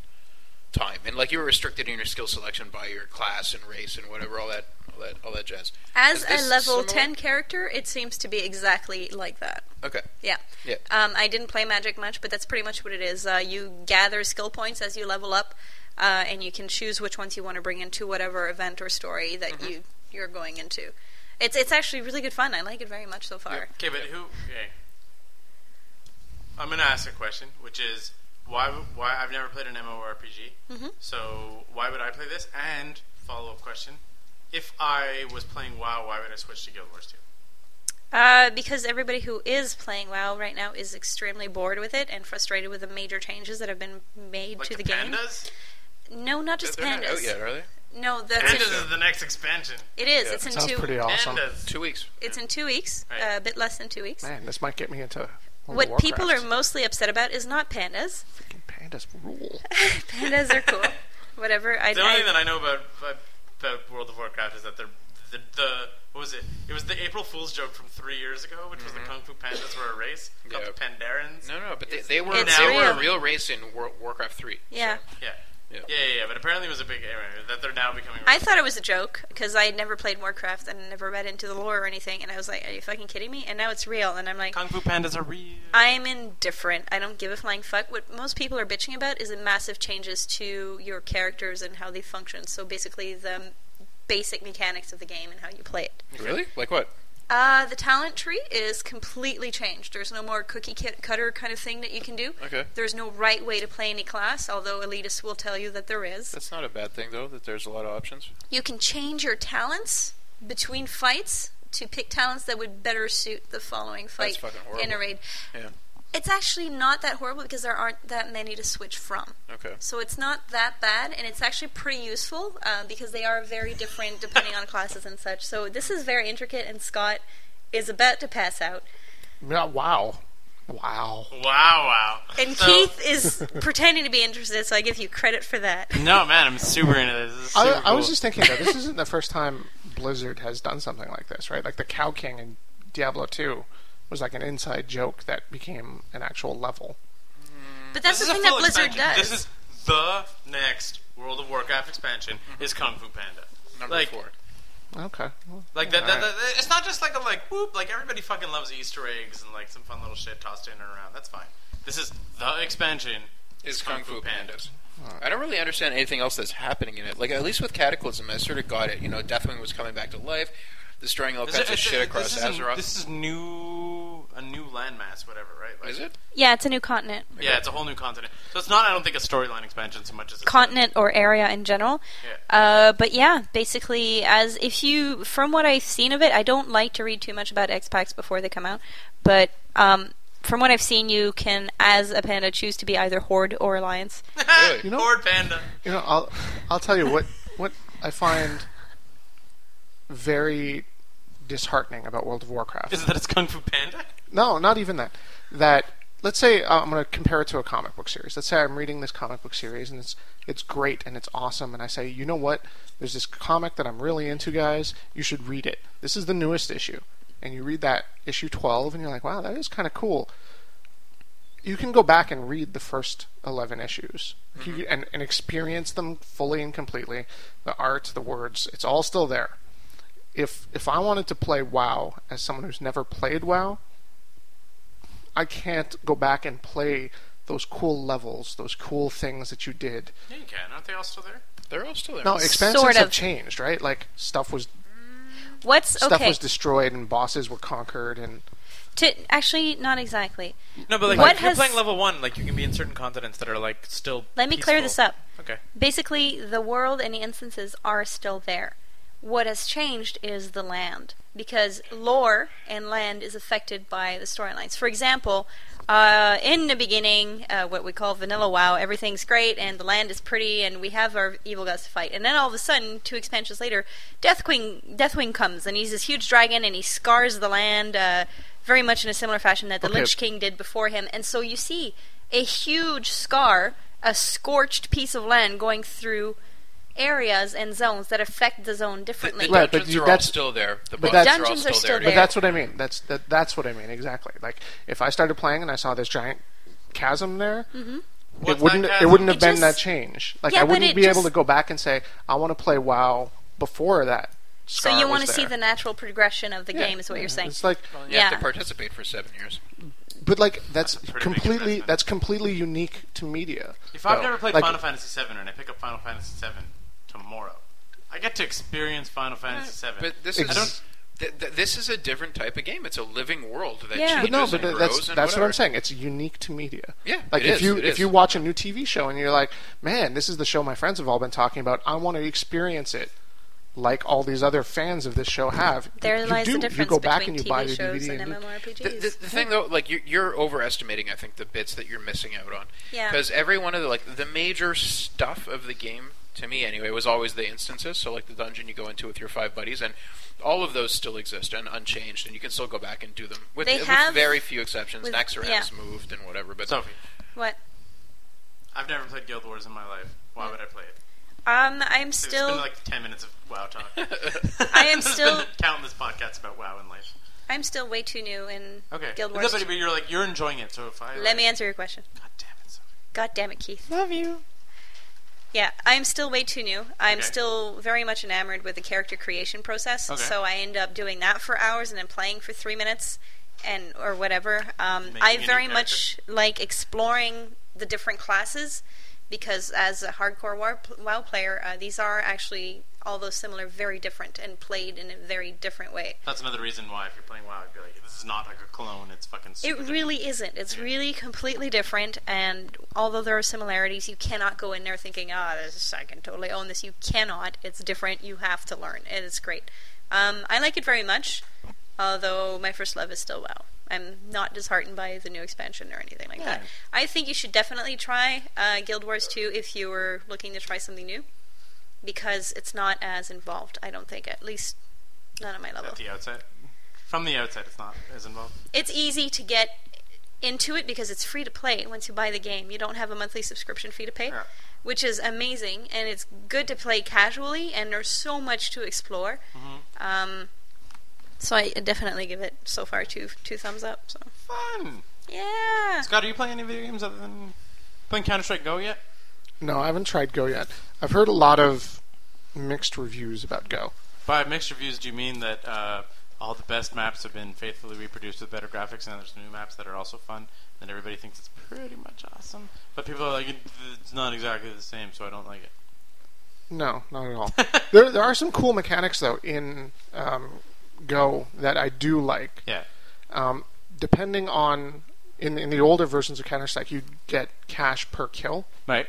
F: time. And like you were restricted in your skill selection by your class and race and whatever all that all that all that jazz.
E: As
F: Is
E: a
F: this
E: level
F: similar?
E: 10 character, it seems to be exactly like that.
F: Okay.
E: Yeah.
F: Yeah.
E: Um, I didn't play Magic much, but that's pretty much what it is. Uh, you gather skill points as you level up, uh, and you can choose which ones you want to bring into whatever event or story that
F: Mm-hmm.
E: you you're going into. It's it's actually really good fun. I like it very much so far.
G: Okay, but who? Okay. I'm gonna ask a question, which is why? Why I've never played an MMORPG,
E: Mhm.
G: so why would I play this? And follow up question: If I was playing WoW, why would I switch to Guild Wars 2?
E: Uh, because everybody who is playing WoW right now is extremely bored with it and frustrated with the major changes that have been made
G: Like
E: to the,
G: the,
E: game.
G: pandas?
E: No, not just
F: They're not out
E: pandas.
F: yet, are they?
E: No, that's
G: Pandas
E: it.
G: is the next expansion.
E: It is.
F: Yeah.
E: It's in
D: Sounds
E: two.
D: pretty awesome.
G: Pandas.
F: Two weeks.
E: It's in two weeks, uh,
G: Right.
E: a bit less than two weeks.
D: Man, this might get me into. World of
E: What people are
D: Warcraft.
E: mostly upset about is not pandas.
D: Fucking pandas rule. (laughs)
E: Pandas are cool. (laughs) Whatever. I,
G: The only thing
E: I,
G: that I know about about- about World of Warcraft is that they're. The, the what was it? It was the April Fool's joke from three years ago, which was the Kung Fu Pandas were a race called
F: Yeah.
G: the Pandarans.
F: No, no, but they, they were
E: It's
F: they were
E: real.
F: a real race in War, Warcraft Three.
E: yeah.
G: Yeah. Yeah.
F: Yeah.
G: yeah, yeah, But apparently, it was a big error that they're now becoming.
E: I thought it was a joke because I had never played Warcraft and never read into the lore or anything, and I was like, "Are you fucking kidding me?" And now it's real, and I'm like,
G: Kung Fu Pandas are real.
E: I'm indifferent. I don't give a flying fuck. What most people are bitching about is the massive changes to your characters and how they function. So basically, the basic mechanics of the game and how you play it.
F: Really? Like what?
E: Uh, the talent tree is completely changed. There's no more cookie kit- cutter kind of thing that you can do.
F: Okay.
E: There's no right way to play any class, although elitists will tell you that there is.
F: That's not a bad thing though. That there's a lot of options.
E: You can change your talents between fights to pick talents that would better suit the following fight
F: fucking
E: in a
F: horrible.
E: raid.
F: Yeah.
E: It's actually not that horrible because there aren't that many to switch from.
F: Okay.
E: So it's not that bad, and it's actually pretty useful uh, because they are very different depending on classes and such. So this is very intricate, and Scott is about to pass out.
D: Yeah, wow, wow.
G: Wow, wow.
E: And
G: So-
E: Keith is pretending to be interested, so I give you credit for that.
G: (laughs) No, man, I'm super into this. This is
D: I,
G: super
D: I was
G: cool.
D: just thinking though, this isn't the first time Blizzard has done something like this, right? Like the Cow King in Diablo Two was like an inside joke that became an actual level.
E: But that's
G: This
E: the
G: is a
E: thing that
G: full
E: Blizzard
G: expansion.
E: does.
G: This is the next World of Warcraft expansion is Kung Fu Panda.
F: Number
G: like,
F: four.
D: Okay, well,
G: Like that, that,
D: Alright.
G: that- it's not just like a like whoop. Like everybody fucking loves Easter eggs and like some fun little shit tossed in and around. That's fine. This is the expansion.
F: Is Kung Fu Pandas. I don't really understand anything else that's happening in it. Like at least with Cataclysm, I sort of got it. You know, Deathwing was coming back to life, destroying all
G: This,
F: kinds
G: is-
F: of shit
G: this
F: across
G: is a-
F: Azeroth.
G: This is new, a new landmass, whatever, right? Like,
F: is it?
E: yeah, it's a new continent.
G: Yeah, it's a whole new continent. So it's not, I don't think, a storyline expansion so much as it's (laughs)
E: continent or area in general.
G: Yeah.
E: Uh, but yeah, basically, as if you, from what I've seen of it, I don't like to read too much about X packs before they come out. But um, from what I've seen, you can, as a panda, choose to be either Horde or Alliance.
F: Really?
D: You know-
G: Lord Panda.
D: You know, I'll I'll tell you what what I find very disheartening about World of Warcraft.
G: Is that it's Kung Fu Panda?
D: No, not even that. That let's say uh, I'm going to compare it to a comic book series. Let's say I'm reading this comic book series and it's it's great and it's awesome and I say, "You know what? There's this comic that I'm really into, guys. You should read it. This is the newest issue." And you read that issue 12 and you're like, "Wow, that is kind of cool." You can go back and read the first 11 issues Like, you, and, and experience them fully and completely. The art, the words, it's all still there. If if I wanted to play WoW as someone who's never played WoW, I can't go back and play those cool levels, those cool things that you did.
G: Yeah, you can. Aren't they all still there?
F: They're all still there.
D: No, expansions
E: Sort
D: have
E: of.
D: changed, right? Like stuff was
G: Mm-hmm.
E: What's
D: Stuff
E: okay?
D: was destroyed and bosses were conquered and
E: to, actually, not exactly.
C: No, but like
E: What
C: if you're
E: has-
C: playing level one, like you can be in certain continents that are like still.
E: Let me clear this
C: peaceful.
E: up.
C: Okay.
E: Basically, the world and the instances are still there. What has changed is the land, because lore and land is affected by the storylines. For example, uh, in the beginning, uh, what we call vanilla WoW, everything's great and the land is pretty, and we have our evil gods to fight. And then all of a sudden, two expansions later, Deathwing Deathwing comes, and he's this huge dragon, and he scars the land uh, very much in a similar fashion that the
D: Okay.
E: Lich King did before him. And so you see a huge scar, a scorched piece of land going through areas and zones that affect the zone differently.
D: Right, but
F: dungeons
D: you-
F: are all
D: that's-
F: still there. The
D: but
F: bosses
D: that's-
F: are all
E: Dungeons are
F: still,
E: still
D: But
E: there.
D: that's what I mean. That's that, that's what I mean exactly. Like if I started playing and I saw this giant chasm there, it
G: What's
D: wouldn't
G: that
D: it
G: chasm?
D: wouldn't have
E: Mm-hmm. It
D: been that
E: just-
D: change. Like
E: Yeah,
D: I
E: but
D: wouldn't
E: it
D: be able
E: just-
D: to go back and say I want to play WoW before that.
E: so
D: scar
E: you
D: was
E: want to see
D: there."
E: the natural progression of the
D: Yeah,
E: game, is what
D: yeah.
E: you're saying.
D: It's like,
F: Well, you
E: Yeah.
F: have to participate for seven years.
D: but like that's,
G: That's a pretty big
D: completely
G: investment.
D: that's completely unique to media.
G: If I've
D: though.
G: never played
D: Like,
G: Final Fantasy VII and I pick up Final Fantasy VII tomorrow, I get to experience Final Fantasy VII.
F: But this
D: Ex-
F: is th- th- this is a differerent type of game. It's a living world that
E: Yeah.
F: changes
D: But no,
F: and
D: but th-
F: grows
D: that's
F: and
D: that's what
F: whatever.
D: I'm saying. It's unique to media.
F: Yeah,
D: like
F: it
D: if
F: is,
D: you
F: it
D: if
F: is.
D: you watch a new TV show and you're like, man, this is the show my friends have all been talking about. I want to experience it, like all these other fans of this show have.
E: There
D: you
E: lies
D: do.
E: the
D: You
E: difference
D: go
E: between
D: back and you buy
E: TV
D: the
E: shows
D: DVD
E: and
D: and you-
E: MMORPGs.
F: The, the, the thing though, like you're, you're overestimating, I think, the bits that you're missing out on.
E: Yeah.
F: Because every one of the like the major stuff of the game, to me anyway, was always the instances. So like the dungeon you go into with your five buddies, and all of those still exist and unchanged, and you can still go back and do them with,
E: They
F: with
E: have-
F: very few exceptions.
E: with-
F: Naxxramas
E: yeah.
F: moved and whatever, but
G: Sophie,
E: what?
G: I've never played Guild Wars in my life. Why would I play it?
E: Um, I'm
G: It's
E: still
G: been like ten minutes of WoW talk.
E: I am
G: There's (laughs)
E: still-
G: been countless podcasts about WoW in life.
E: I'm still way too new in
G: Okay,
E: Guild
G: No,
E: Wars.
G: but, but you're like you're enjoying it. So if I
E: Let me answer your question.
G: God damn it, Sophie.
E: God damn it, Keith.
D: Love you.
E: Yeah, I'm still way too new. I'm
G: Okay.
E: still very much enamored with the character creation process,
G: Okay.
E: so I end up doing that for hours and then playing for three minutes, and or whatever. Um,
G: Making a
E: I
G: new
E: very much like exploring the different classes because as a hardcore WoW, pl- WoW player, uh, these are actually although similar, very different and played in a very different way.
G: That's another reason why if you're playing WoW, I'd be like, this is not like a clone. It's fucking.
E: It
G: Super
E: really isn't. It's really completely different, and although there are similarities, you cannot go in there thinking, "Ah, this is, I can totally own this." You cannot. It's different. You have to learn. It is great. Um, I like it very much, although my first love is still WoW. I'm not disheartened by the new expansion or anything like that. I think you should definitely try uh, Guild Wars 2 if you were looking to try something new, because it's not as involved. I don't think, at least not at my level
G: At the outset. From the outset, it's not as involved.
E: it's easy to get into it because it's free to play once you buy the game. You don't have a monthly subscription fee to pay,
G: Yeah.
E: which is amazing, and it's good to play casually. And there's so much to explore. Um, so I definitely give it so far two two thumbs up. So
G: Fun.
E: yeah,
G: Scott, are you playing any video games other than playing Counter Strike Go yet?
D: No, I haven't tried Go yet. I've heard a lot of mixed reviews about Go.
G: By mixed reviews, do you mean that uh, all the best maps have been faithfully reproduced with better graphics, and then there's new maps that are also fun, and everybody thinks it's pretty much awesome, but people are like, "It- it's not exactly the same, so I don't like it.
D: No, not at all. there, there are some cool mechanics though in um, Go that I do like.
G: Yeah.
D: um, depending on in in the older versions of Counter Strike, you get cash per kill.
G: Right.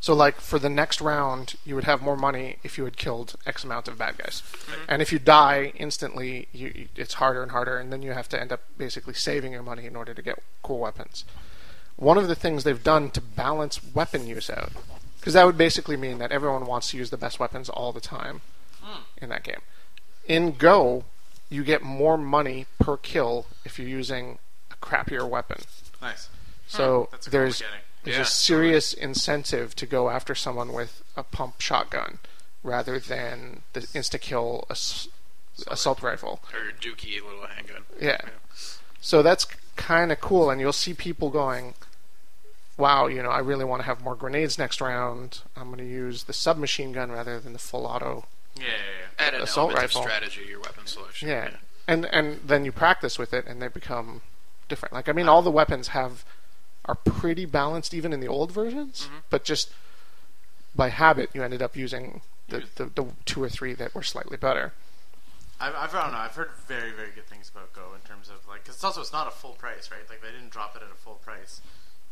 D: So like for the next round, you would have more money if you had killed X amount of bad guys, and if you die instantly, you, you- it's harder and harder, and then you have to end up basically saving your money in order to get cool weapons. One of the things they've done to balance weapon use out, because that would basically mean that everyone wants to use the best weapons all the time
G: Hmm.
D: in that game. In Go, you get more money per kill if you're using a crappier weapon.
G: Nice. Hmm.
D: So
G: That's a cool
D: there's
G: mechanic.
D: there's
F: Yeah.
D: a serious incentive to go after someone with a pump shotgun rather than the insta kill ass- assault rifle.
F: or Dookie little handgun.
D: Yeah. So that's kind of cool, and you'll see people going, "Wow, you know, I really want to have more grenades next round. I'm going to use the submachine gun rather than the full auto."
G: Yeah, yeah, yeah.
F: Add an
D: Assault
F: element
D: rifle.
F: of strategy, your weapon selection.
D: Yeah. And and then you practice with it and they become different. Like I mean all the weapons have are pretty balanced even in the old versions, but just by habit you ended up using the, the, the two or three that were slightly better.
C: I've, I've I don't know. I've heard very very good things about Go in terms of like because it's also it's not a full price, right? Like they didn't drop it at a full price.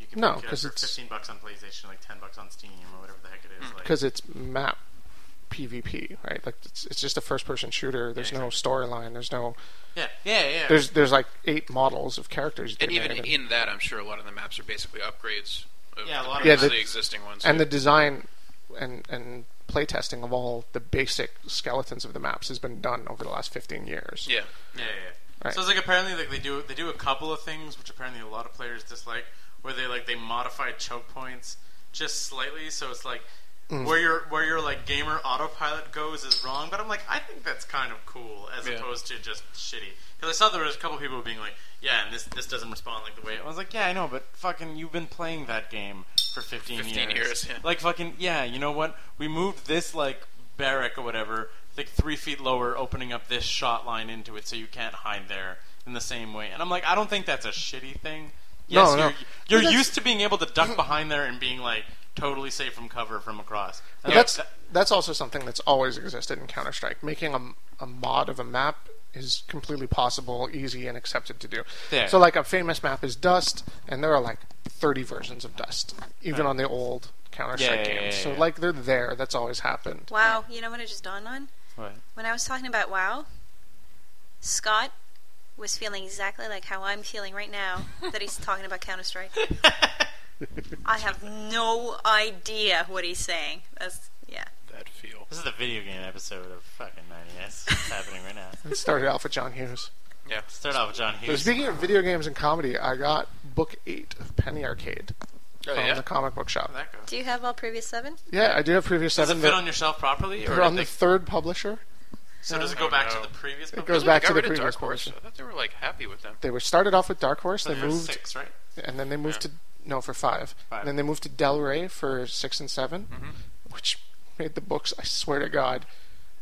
C: You can
D: No,
C: pick it up
D: 'cause
C: for
D: it's- Mm,
C: fifteen bucks on PlayStation, like ten bucks on Steam, or whatever the heck it is. Like,
D: because it's map PvP, right? Like it's, it's just a first-person shooter. There's no storyline. There's no.
C: yeah, yeah, yeah.
D: There's there's like eight models of characters.
F: And
D: they
F: even
D: made, and-
F: in that, I'm sure a lot of the maps are basically upgrades of
C: Yeah, a
F: the,
C: lot of
D: Yeah, the-
F: previously existing ones.
D: and the design and and playtesting of all the basic skeletons of the maps has been done over the last 15 years.
F: yeah.
C: Yeah, yeah. yeah.
D: Right.
C: So it's like apparently like they do they do a couple of things which apparently a lot of players dislike, where they like they modify choke points just slightly, so it's like
F: Mm.
C: where your where your like gamer autopilot goes is wrong. But I'm like I think that's kind of cool as
F: Yeah.
C: opposed to just shitty. Because I saw there was a couple people being like, yeah, and this this doesn't respond like the way I was like, yeah, I know, but fucking you've been playing that game for 15,
F: 15 years, yeah.
C: Like fucking yeah, you know what? We moved this like barrack or whatever, like three feet lower, opening up this shot line into it, so you can't hide there in the same way. And I'm like, I don't think that's a shitty thing. Yes,
D: No, no.
C: you're,
D: But
C: you're
D: that's-
C: used to being able to duck behind there and being like totally safe from cover from across.
D: But That's that's also something that's always existed in Counter Strike. Making a, a mod of a map is completely possible, easy, and accepted to do.
C: Yeah.
D: So like a famous map is Dust, and there are like 30 versions of Dust, even on the old Counter Strike
C: Yeah, yeah, yeah,
D: games.
C: yeah,
D: so
C: yeah.
D: like they're there. That's always
E: (laughs)
D: happened.
E: Wow, you know what it just dawned on?
C: (laughs) What?
E: When I was talking about wow, Scott was feeling exactly like how I'm feeling right now that he's talking about Counter Strike. I have no idea what he's saying. That's yeah.
F: That feel.
K: This is the video game episode of fucking 90s.
C: (laughs)
K: It's happening right now.
D: It started off with John Hughes.
F: Yeah.
K: Start off with John
D: But
K: Hughes.
D: speaking of video games and comedy, I got book eight of Penny Arcade
F: Oh,
D: from
F: yeah?
D: the comic book shop.
C: How'd that go?
E: Do you have all previous seven?
D: Yeah, I do have previous
C: Does
D: seven.
C: it fit
D: but
C: on your shelf properly, or
D: they're on
C: did
D: the
C: they-
D: third publisher.
C: so does it go back
F: Oh, no.
C: to the previous?
D: It
C: book?
D: goes
F: They
D: back
F: got
D: to the
F: rid of
D: previous
F: Dark Horse.
D: publisher.
F: I thought they were like happy with them.
D: They were started off with Dark Horse. They
C: There were
D: moved
C: six, right?
D: and then they moved to no for five.
C: Five. Mm-hmm.
D: And then they moved to Del Rey for six and 7 which made the books. I swear to God,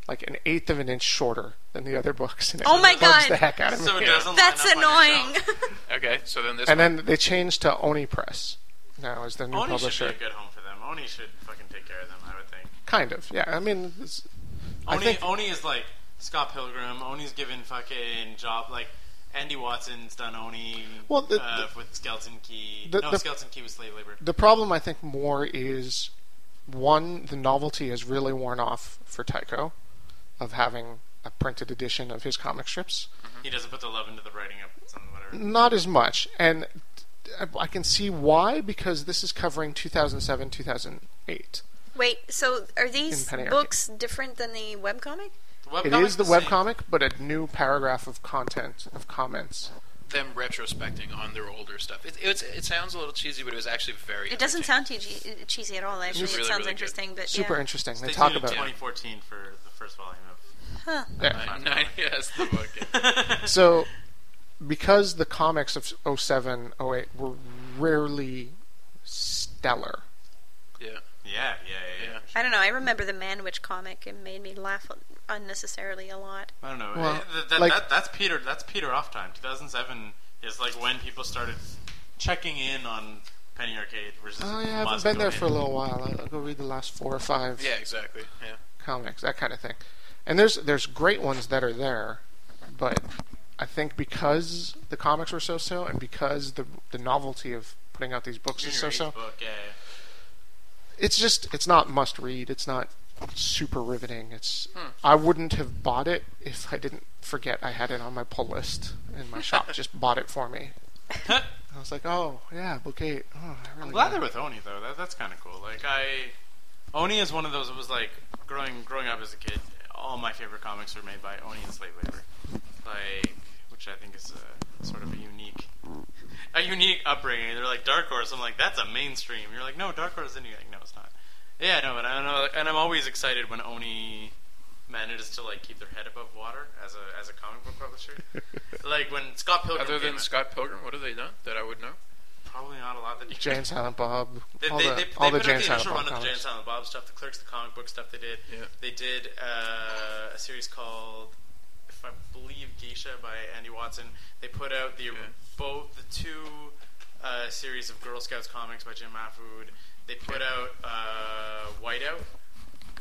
D: like an eighth of an inch shorter than the other books. And it
E: Oh my
D: bugs
E: God.
D: the heck out of me.
C: So it doesn't.
E: That's
C: line up on your
E: annoying. (laughs)
C: shelf.
F: Okay, so then this
D: and
F: one-
D: then they changed to Oni Press. Now is their new
C: Oni
D: publisher.
C: should be a good home for them. Oni should fucking take care of them, I would think.
D: Kind of, yeah. I mean, it's, I
C: Oni,
D: think
C: Oni is like Scott Pilgrim. Oni's given fucking job like Andy Watson's done Oni.
D: Well, the-
C: uh,
D: the-
C: with Skeleton Key.
D: the-
C: no,
D: the-
C: Skeleton Key was slave labor.
D: the problem I think more is one the novelty has really worn off for Tycho of having a printed edition of his comic strips.
C: He doesn't put the love into the writing of something, whatever.
D: Not as much, and I- I can see why because this is covering 2007, 2008.
E: Wait, so are
D: In
E: these
D: Penny Arcade.
E: books different than the webcomic?
C: The
D: It is the
C: webcomic's same.
D: webcomic, but a new paragraph of content of comments.
F: them retrospecting on their older stuff. It, it's, it sounds a little cheesy, but it was actually very.
E: It doesn't
F: entertaining.
E: sound too che- cheesy at all. Actually,
F: really,
E: it sounds
F: really good.
E: interesting, but
D: Super
E: Uh, yeah.
D: interesting. They
C: They
D: talk
C: did
D: about
C: it in 2014 for the first volume of.
D: yeah.
F: Nine, nine, (laughs) yeah, that's the book. yeah.
C: (laughs)
D: So, because the comics of 07, 08 were rarely stellar,
F: yeah.
C: Yeah, yeah, yeah. yeah.
F: Yeah.
E: I don't know. I remember the Man Witch comic. It made me laugh unnecessarily a lot.
C: I don't know.
D: Well,
C: Eh, th- that,
D: like-
C: that, that's Peter. That's Peter off time. 2007 is like when people started checking in on Penny Arcade versus.
D: Oh yeah, I haven't
C: Mazda
D: been there
C: Domain.
D: for a little while. I'll, I'll go read the last four or five
F: Yeah, exactly. Yeah.
D: comics, that kind of thing. And there's there's great ones that are there, but I think because the comics were so-so and because the the novelty of putting out these books is
C: Junior H
D: so-so,
C: book, yeah, yeah.
D: it's just it's not must read. It's not super riveting. It's
C: Hmm.
D: I wouldn't have bought it if I didn't forget I had it on my pull list and
C: (laughs)
D: my shop just bought it for me.
C: eh.
D: I was like, oh yeah, book eight. Oh, I really
C: I'm glad
D: got
C: they're with Oni though. That, that's kind of cool. Like I, Oni is one of those. It was like growing growing up as a kid. All my favorite comics were made by Oni and Slate Labor, like which I think is a, sort of a unique, a unique upbringing. They're like Dark Horse. I'm like that's a mainstream. You're like no Dark Horse. And you're like no it's not. Yeah no but I don't know. Like, and I'm always excited when Oni manages to like keep their head above water as a as a comic book
F: (laughs)
C: publisher. like when Scott Pilgrim.
F: Other
C: came
F: than
C: out,
F: Scott Pilgrim, what have they done that I would know?
C: probably not a lot that you
D: Jay and Silent Bob.
C: they,
D: all
C: they,
D: the
C: they,
D: all
C: they
D: the
C: put
D: Jay
C: out
D: and
C: the
D: Silent
C: initial
D: Bob
C: run of the Jay and
D: comics.
C: Silent Bob stuff, the Clerks, the comic book stuff they did.
F: Yeah.
C: They did uh, a series called, if I believe, Geisha by Andy Watson. They put out the
F: Yeah.
C: both the two uh, series of Girl Scouts comics by Jim Mahfood. They put out uh, Whiteout.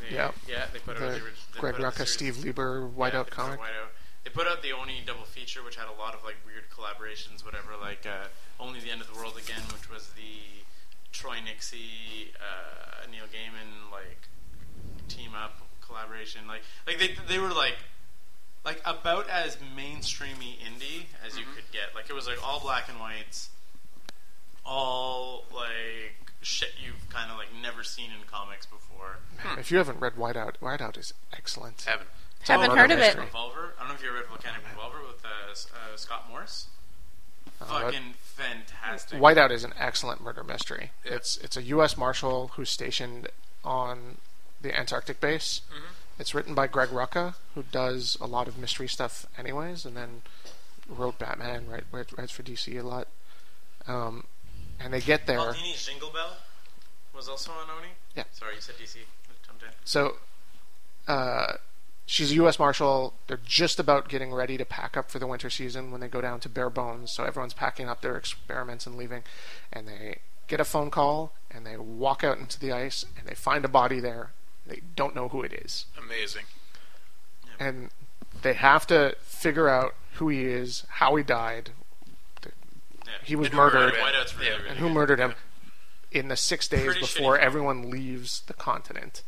C: They,
D: Yeah.
C: Yeah, they put out the,
D: The
C: orig- they
D: Greg
C: put out the
D: Rucka,
C: series-
D: Steve Lieber
C: yeah,
D: Whiteout
C: they put out
D: comic.
C: Whiteout.
G: They put out the Oni double feature, which had a lot of like weird collaborations, whatever. Like uh, Only the End of the World Again, which was the Troy Nixie, uh, Neil Gaiman like team up collaboration. Like like they they were like like about as mainstreamy indie as you could get. Like it was like all black and whites, all like shit you've kind of like never seen in comics before.
C: Hmm.
D: Man, if you haven't read Whiteout, Whiteout is excellent.
F: Haven't.
E: Haven't
D: Oh,
E: heard
D: no,
E: of
D: that's
E: it.
D: true.
G: Revolver. I don't know if you read Volcanic Revolver with uh, S- uh, Scott Morris.
D: Uh,
G: Fucking fantastic.
D: Whiteout is an excellent murder mystery. It's it's a U.S. marshal who's stationed on the Antarctic base. It's written by Greg Rucka, who does a lot of mystery stuff, anyways, and then wrote Batman, right? writes- Writes for DC a lot. Um, and they get there.
G: Aldini's Jingle Bell was also on Oni.
D: Yeah.
G: Sorry, you said DC. I jumped in.
D: So, uh, she's a U.S. Marshal. They're just about getting ready to pack up for the winter season when they go down to bare bones. So everyone's packing up their experiments and leaving, and they get a phone call and they walk out into the ice and they find a body there. They don't know who it is,
F: Amazing.
D: and they have to figure out who he is, how he died,
G: Yeah.
D: He was
G: And Whiteout-
D: murdered.
G: Whiteout's really,
F: Yeah.
G: really
D: and who murdered him in the six days
G: Pretty
D: before
G: shitty.
D: everyone leaves the continent.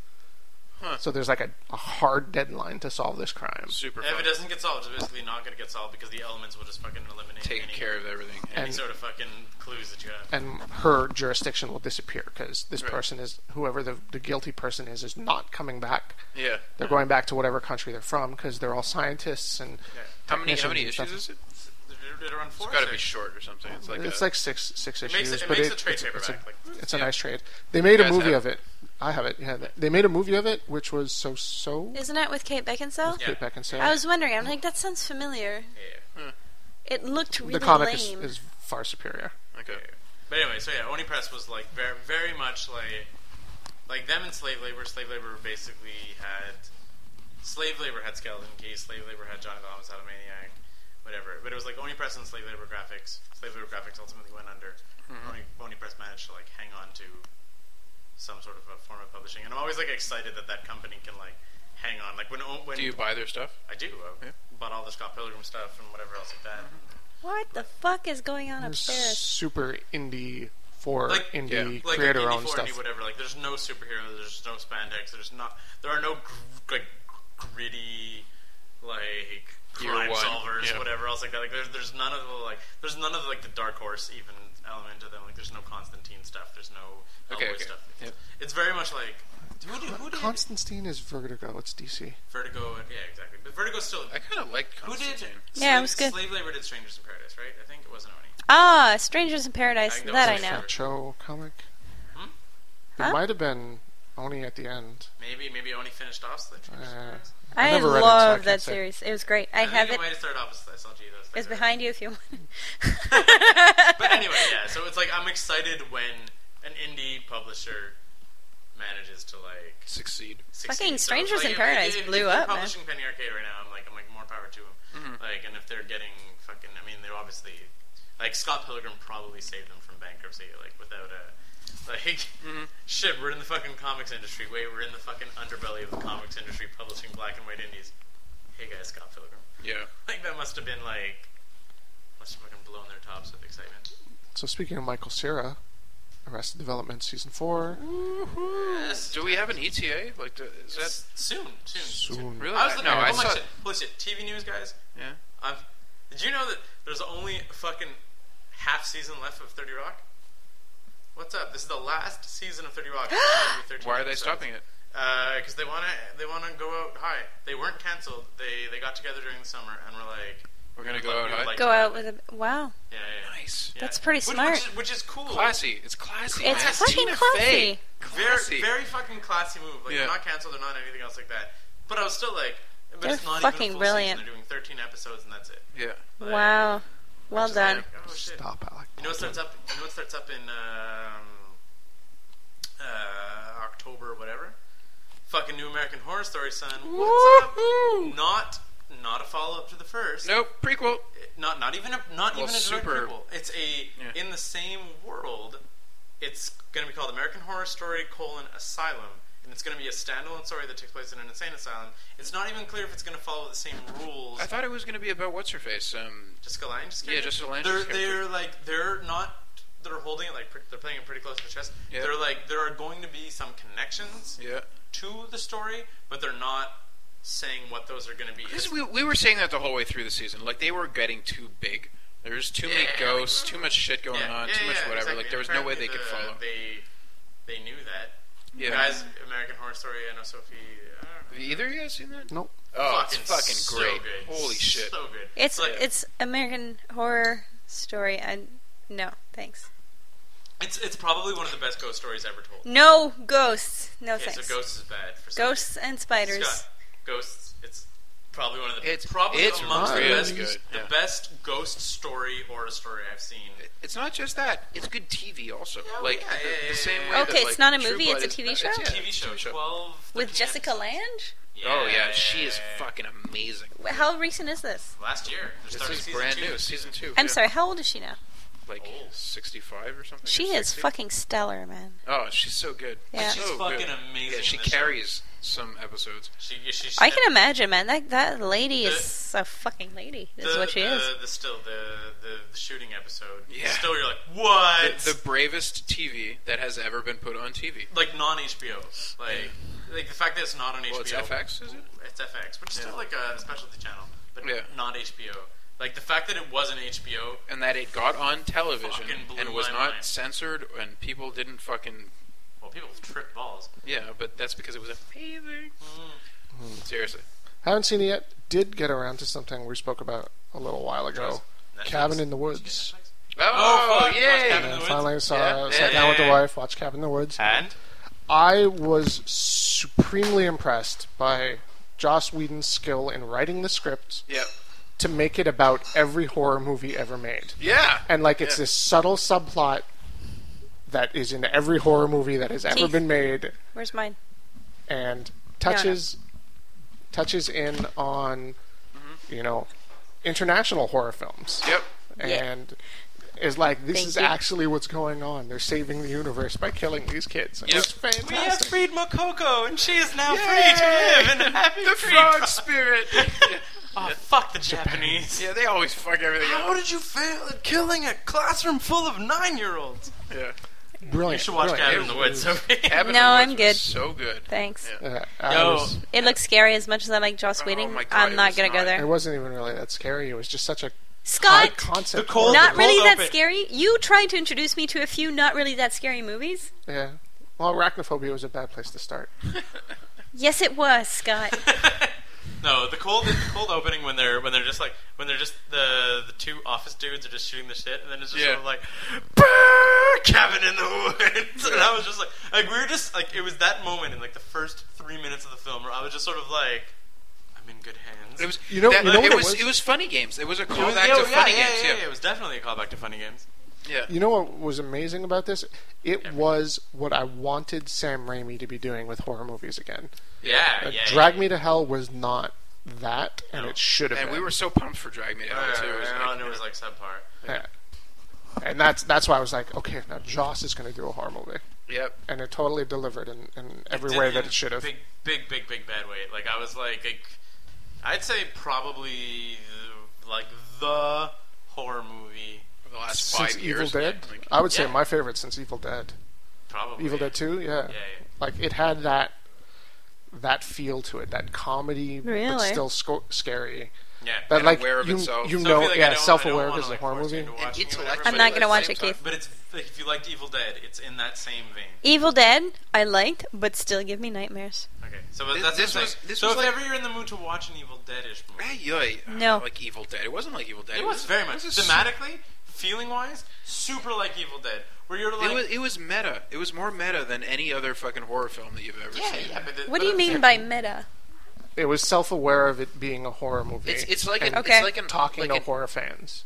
D: So there's like a, a hard deadline to solve this crime.
F: Super
G: good. If
F: fun.
G: it doesn't get solved, it's basically not going to get solved because the elements will just fucking eliminate
F: Taking
G: any,
F: care of everything.
G: any
D: And-
G: sort of fucking clues that you have.
D: and her jurisdiction will disappear because this
F: Right.
D: person is whoever the, the guilty person is is not coming back.
F: Yeah.
D: They're going back to whatever country they're from because they're all scientists and
F: How many
D: technicians
F: how many
D: and stuff.
F: issues is it?
G: Did it run four?
F: It's got to
G: or
F: be
G: six?
F: short or something. It's like
D: It's
F: a,
D: like six six
G: It makes,
D: issues,
G: it
D: but
G: makes
D: it-
G: a trade
D: it's, it's
G: paperback.
D: a,
G: like,
D: it's a nice trade. They made a
F: guys
D: movie
F: have
D: of it. I have it. Yeah, they made a movie of it, which was so so.
E: Isn't that with Kate Beckinsale?
G: Yeah.
D: Kate Beckinsale.
E: I was wondering. I'm like, that sounds familiar.
G: yeah.
E: It looked really
D: the comic is,
E: lame.
D: is far superior.
F: okay.
G: But anyway, so yeah, Oni Press was like very, very much like like them and slave labor. Slave labor basically had slave labor had skeleton keys. Slave labor had Johnny the Homicidal Maniac, whatever. But it was like Oni Press and slave labor graphics. Slave labor graphics ultimately went under.
F: Mm-hmm.
G: Oni, Oni Press managed to like hang on to some sort of a form of publishing, and I'm always like excited that that company can like hang on. Like when O- when
F: Do you buy their stuff?
G: I do, I
F: Yeah.
G: bought all the Scott Pilgrim stuff and whatever else like that.
F: Mm-hmm.
E: what the fuck is going on
D: It's
E: upstairs?
D: super indie for
G: Like-
D: indie
G: like
D: creator
G: like
D: owned
G: indie
D: stuff.
G: 4D, whatever. Like there's no superheroes, there's no spandex, there's not there are no gr- like gritty like
F: Year
G: crime
F: one,
G: solvers,
F: yeah.
G: whatever else like that. Like there's there's none of the like there's none of like the dark horse even element to them. Like there's no Constantine stuff. There's no Hellboy
F: Okay, okay.
G: stuff.
F: Yep.
G: It's very much like who did, who did
D: Constantine is Vertigo. It's DC.
G: Vertigo? and- Yeah, exactly. But Vertigo's still.
F: I kind of liked
G: Who
F: Constantine.
G: did?
E: Yeah, it
G: Slave-
E: was good.
G: Slave Labor did Strangers in Paradise, right? I think it wasn't Oni.
E: Ah, Strangers in Paradise.
G: I know
E: that I
G: it's
E: know.
G: Sure.
D: Cho comic.
G: Hmm?
D: It
E: Huh?
D: might have been Oni at the end.
G: Maybe maybe Oni finished off Slave Strangers in
D: Uh,
G: Paradise.
D: I
E: I,
D: never read it, so I
E: love
D: can't
E: that
D: say.
E: series. It was great. I,
G: I
E: have
G: think
E: it.
G: it might have started off as SLG though.
E: It's
G: later.
E: behind you if you want.
G: But anyway, yeah. So it's like I'm excited when an indie publisher manages to like
F: Succeed.
G: succeed.
E: Fucking
G: So it's
E: Strangers
G: like
E: in
G: if-
E: Paradise
G: if- if
E: blew
G: they're
E: up, man. Mm-hmm.
G: Publishing Penny Arcade right now, I'm like I'm like more power to them. Like, and if they're getting fucking, I mean, they're obviously like Scott Pilgrim probably saved them from bankruptcy. Like without a like
E: Mm-hmm.
G: (laughs) shit, we're in the fucking comics industry. Wait, we're in the fucking underbelly of the comics industry, publishing black and white indies. Hey guys, Scott Pilgrim.
F: Yeah. (laughs)
G: (laughs) Like that must have been like must have fucking blown their tops with excitement.
D: So speaking of Michael Cera, Arrested Development season four
F: Do we have an ETA? Like, do, is that
G: soon, soon,
D: soon.
F: really?
G: I was looking
F: Uh, no,
G: at
F: I
G: it. Oh my
F: saw.
G: shit. Holy shit. TV news, guys.
F: Yeah.
G: I've, did you know that there's only a fucking half season left of 30 Rock? What's up? This is the last season of 30
F: (gasps)
G: Rock.
F: Why are they stopping it?
G: Because Uh, they want to. They want to go out high. They weren't canceled. They they got together during the summer and were like,
F: We're gonna
G: we
F: go
G: would
F: out high.
G: like
E: Go
G: to have
E: out
G: it.
E: with a wow.
G: Yeah, yeah, yeah.
F: Nice.
G: Yeah.
E: That's pretty
G: Which- which
E: smart.
G: is- Which, is cool.
F: Classy. It's classy.
E: It's
F: Yes,
E: fucking
F: Tina
E: classy.
F: Fey.
G: Very
F: Classy.
G: very fucking classy move. Like
F: Yeah.
G: they're not canceled. They're not anything else like that. But I was still like, but
E: They're
G: it's not even
E: fucking
G: a full
E: brilliant.
G: Season. They're doing 13 episodes and that's it.
F: Yeah.
G: Like,
E: Wow. Well
G: just like,
E: done.
G: oh, shit.
D: Stop, Alec.
G: You know what starts up? You know what starts up in um, uh, October, or whatever. Fucking New American Horror Story, son. What's up? Not not a follow up to the first.
F: Nope. Prequel.
G: Not not even a not
F: Well,
G: even a direct
F: super-
G: prequel. It's a
F: Yeah.
G: in the same world. It's gonna be called American Horror Story colon Asylum. and it's going to be a standalone story that takes place in an insane asylum. It's not even clear if it's going to follow the same rules.
F: I thought it was going to be about what's her face. Um,
G: Jessica Lange.
F: Yeah, Jessica Lange's
G: They're
F: character.
G: they're like they're not. They're holding it like pre- they're playing it pretty close to the chest.
F: Yeah.
G: They're like there are going to be some connections
F: yeah.
G: to the story, but they're not saying what those are going to be.
F: This, we, we were saying that the whole way through the season. Like they were getting too big. There's too many
G: Yeah.
F: ghosts, too much shit going on, too much whatever.
G: exactly.
F: Like there was no
G: Apparently
F: way they could
G: the-
F: follow.
G: They they knew that.
F: yeah.
G: Guys, American Horror Story. I know Sophie. I don't know.
F: have either of you guys seen that?
D: Nope.
F: Oh, it's fucking
G: so
F: great!
G: good.
F: Holy shit!
G: So good.
E: It's
G: like,
E: it's American horror story. I no, thanks.
G: it's it's probably one of the best ghost stories ever told.
E: No ghosts. No
G: Okay, so
E: thanks.
G: ghosts is bad for some
E: Ghosts and spiders.
G: Scott, ghosts. It's probably one of the.
F: It's-
G: probably
F: it's
G: amongst
D: really
G: the best,
F: good,
G: the
F: yeah.
G: best ghost story horror story I've seen.
F: It's not just that; it's good TV also.
G: Yeah,
F: like
G: yeah,
F: the,
G: yeah, yeah,
F: the same
G: yeah,
F: way.
G: yeah.
E: Okay,
F: that,
E: it's
F: like,
E: not a
F: True
E: movie,
F: Blood
E: it's a
F: is-
E: TV
F: it's-
E: show?
F: yeah,
G: TV
F: it's a
G: show, 12
E: With
G: 13
E: Jessica
G: episodes.
E: Lange?
F: Oh yeah, she is
G: Yeah.
F: fucking amazing.
E: Wh- How recent is this?
G: Last year, they're
F: This
G: starting
F: is
G: season
F: brand
G: two.
F: new, season two.
E: I'm
F: yeah.
E: sorry, how old is she now?
F: like
G: Old.
F: 65 or something.
E: She
F: or
E: is
F: 60?
E: fucking stellar, man.
F: Oh, she's so good.
E: Yeah.
F: so
G: She's fucking
F: good.
G: amazing
F: Yeah, she
G: in this show.
F: carries some episodes.
G: She, she, she,
E: I can imagine, man. That that lady is
G: The-
E: a fucking lady.
G: the,
E: Is what she
G: the,
E: is.
G: The still the, the the shooting episode.
F: Yeah.
G: Still, you're like what?
F: The, the bravest TV that has ever been put on TV.
G: like non HBO. Like like the fact that it's not on HBO.
F: Well, it's FX, is it?
G: It's FX, which is still like a specialty channel, but
F: Yeah.
G: not HBO. Like the fact that it wasn't HBO.
F: And that it got on television
G: Fucking blew
F: and was
G: my
F: not
G: mind.
F: censored, and people didn't fucking
G: Well, people trip balls.
F: yeah. But that's because it was amazing.
G: Mm.
F: Seriously,
D: Haven't seen it yet. Did get around to something we spoke about a little while ago.
G: Netflix.
D: Cabin in the Woods.
G: Oh, fuck,
F: yay!
G: Cabin in the
D: And
G: Woods.
D: finally, I saw
F: Yeah.
D: sat down with the
F: Yeah.
D: wife, watched Cabin in the Woods.
C: And
D: I was supremely impressed by Joss Whedon's skill in writing the script
F: Yep.
D: to make it about every horror movie ever made.
F: Yeah.
D: And like it's
F: Yeah.
D: this subtle subplot that is in every horror movie that has ever
E: Teeth.
D: been made
E: Where's mine?
D: and touches touches in on you know international horror films
F: Mm-hmm. Yep.
D: and is like this
E: Thank
D: is
E: you.
D: actually what's going on they're saving the universe by killing these kids it
F: Yep.
D: was
G: We have
D: fantastic
G: freed Makoko, and she is now
F: Yay!
G: free to live in a happy
F: The
G: free (laughs)
F: frog
G: time.
F: spirit. yeah.
G: Oh, fuck the Japanese.
F: yeah, they always fuck everything
G: How
F: up.
G: did you fail at killing a classroom full of nine-year-olds?
F: Yeah.
D: brilliant
G: You should watch
D: brilliant.
G: Cabin in the Woods. Sophie.
F: Cabin in
E: No,
F: the
E: I'm
F: Woods was
E: good.
F: So good.
E: Thanks.
F: Yeah.
D: Uh, I
G: Yo.
D: was-
E: It looks scary as much as I like Joss
F: Oh
E: Whedon.
F: my God,
E: I'm
F: it
E: not
F: was
E: gonna go
F: not.
D: it
E: there.
D: wasn't even really that scary it was just such a high
E: Scott!
D: concept
G: The cold-
D: horror
E: Not
D: film.
E: really that
G: open.
E: scary. You tried to introduce me to a few not really that scary movies.
D: yeah well arachnophobia was a bad place to start
E: Yes, it was, Scott.
G: (laughs)
D: (laughs)
G: No, the cold the cold opening when they're when they're just like when they're just the the two office dudes are just shooting the shit and then it's just
F: Yeah.
G: sort of like "Brrr, cabin in the woods (laughs) and I was just like like we were just like it was that moment in like the first three minutes of the film where I was just sort of like I'm in good hands.
F: (laughs) It was
D: You know-
F: that-
D: you know what
F: it
D: it
F: was,
D: was?
F: it was funny games. It was a
G: It was-
F: callback
G: yeah,
F: to
G: yeah,
F: funny
G: yeah,
F: games.
G: yeah, yeah, it was definitely a callback to funny games.
F: yeah.
D: You know what was amazing about this? It was what I wanted Sam Raimi to be doing with horror movies again.
G: Uh, Yeah, yeah.
D: Like,
G: yeah.
D: Drag Me to Hell was not that, and
G: No.
D: it should have
F: And
D: been.
F: we were so pumped for Drag Me to Hell
G: Yeah,
F: too. It was
G: yeah,
F: like-
G: and it was like subpar.
D: Yeah. And that's that's why I was like, okay, now Joss is going to do a horror movie,
F: yep.
D: and it totally delivered in, in every
G: did
D: way
G: in
D: that
G: a
D: it should have.
G: Big, big, big, big bad way. Like I was like, like I'd say probably like the horror movie,
F: For the last five
D: Since Evil
F: years.
D: Dead,
F: like-
D: I would say
G: yeah.
D: my favorite since Evil Dead.
G: probably
D: Evil Dead Two, yeah.
G: Yeah, yeah.
D: Like it had that that feel to it, that comedy but
E: Really?
D: still sco- scary.
G: yeah.
D: But
F: And
D: like
F: aware of
D: you,
F: itself.
D: you
G: So I
D: know,
G: feel like I
D: yeah,
G: don't- I
D: self-aware
G: don't wanna,
D: because it's a
G: like,
D: horror
G: force you
D: movie.
G: into watching it or whatever,
F: intellectual.
E: I'm
G: but
E: not
G: at
E: gonna
G: the
E: watch
G: same
E: it,
G: time-
E: Keith.
G: But it's like, if you liked Evil Dead, it's in that same vein.
E: Evil Dead, I liked, but still give me nightmares.
G: Okay, so but
F: This-
G: that's
F: this
G: the thing.
F: was- this
G: so
F: was
G: if
F: like-
G: ever you're in the mood to watch an Evil Dead-ish movie,
F: Ay, yoy. I don't
E: No.
F: know, Like Evil Dead. It wasn't like Evil Dead.
G: it was very much
F: it was a su-
G: thematically, feeling-wise, super like Evil Dead, where you're like,
F: It was, it was meta. It was more meta than any other fucking horror film that you've ever
G: yeah,
F: seen.
G: yeah. But the- but
E: What do you
G: the-
E: mean by meta?
D: it was self-aware of it being a horror movie.
F: It's, it's like an,
D: And
E: Okay.
F: it's like an,
D: talking
F: like
D: to
F: an-
D: horror fans.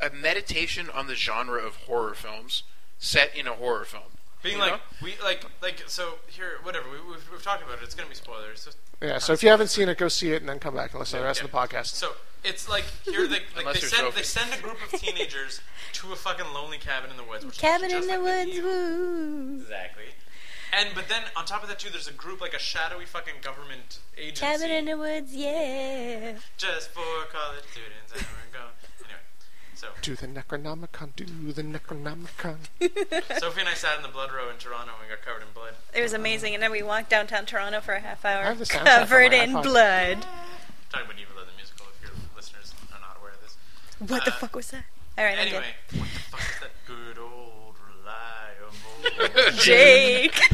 F: a meditation on the genre of horror films set in a horror film.
G: Being
F: You
G: like
F: know?
G: we like like so here whatever we, we've, we've talked about it. It's gonna be spoilers. So,
D: Yeah. So if you haven't seen it, go see it and then come back and listen to the rest of the podcast.
G: so it's like here they like
F: Unless
G: they
F: you're
G: send
F: Sophie.
G: they send a group
F: (laughs)
G: of teenagers to a fucking lonely cabin in the woods. Which
E: Cabin
G: is
E: in
G: just
E: the
G: like
E: woods, woo.
G: Exactly. And but then on top of that too, there's a group like a shadowy fucking government agency.
E: Cabin in the woods, yeah.
G: just for college students. And we're going. Anyway, so
D: Do the Necronomicon, do the Necronomicon.
G: Sophie and I sat in the blood row in Toronto and we got covered in blood.
E: It was amazing, and then we walked downtown Toronto for a half hour,
D: have the soundtrack on
E: covered
D: my
E: in
D: iPod.
E: blood.
G: Talking about Evil Dead the musical, if your listeners are not aware of this.
E: What the
G: Uh,
E: fuck was that? All right, I'm
G: Anyway,
E: good.
G: what the fuck is that good old
F: (laughs)
G: reliable?
E: Jake. (laughs)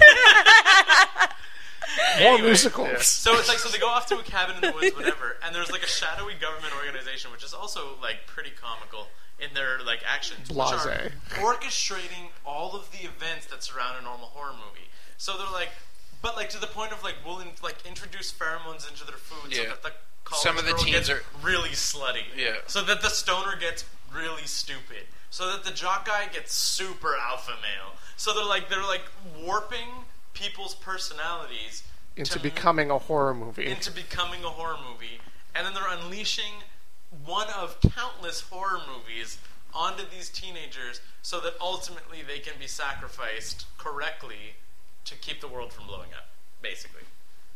D: More
G: Anyway.
D: musicals.
G: So it's like so they go off to a cabin in the woods, whatever, and there's like a shadowy government organization, which is also like pretty comical in their like actions, which are
D: Blasé.
G: orchestrating all of the events that surround a normal horror movie. So they're like, but like to the point of like we'll in, like introduce pheromones into their food so
F: Yeah.
G: that the college
F: Some of the
G: girl
F: teens
G: gets
F: are-
G: really slutty,
F: Yeah.
G: So that the stoner gets really stupid. So that the jock guy gets super alpha male. So they're like they're like warping people's personalities
D: Into
G: to-
D: becoming a horror movie.
G: into becoming a horror movie, and then they're unleashing one of countless horror movies onto these teenagers so that ultimately they can be sacrificed correctly to keep the world from blowing up, basically.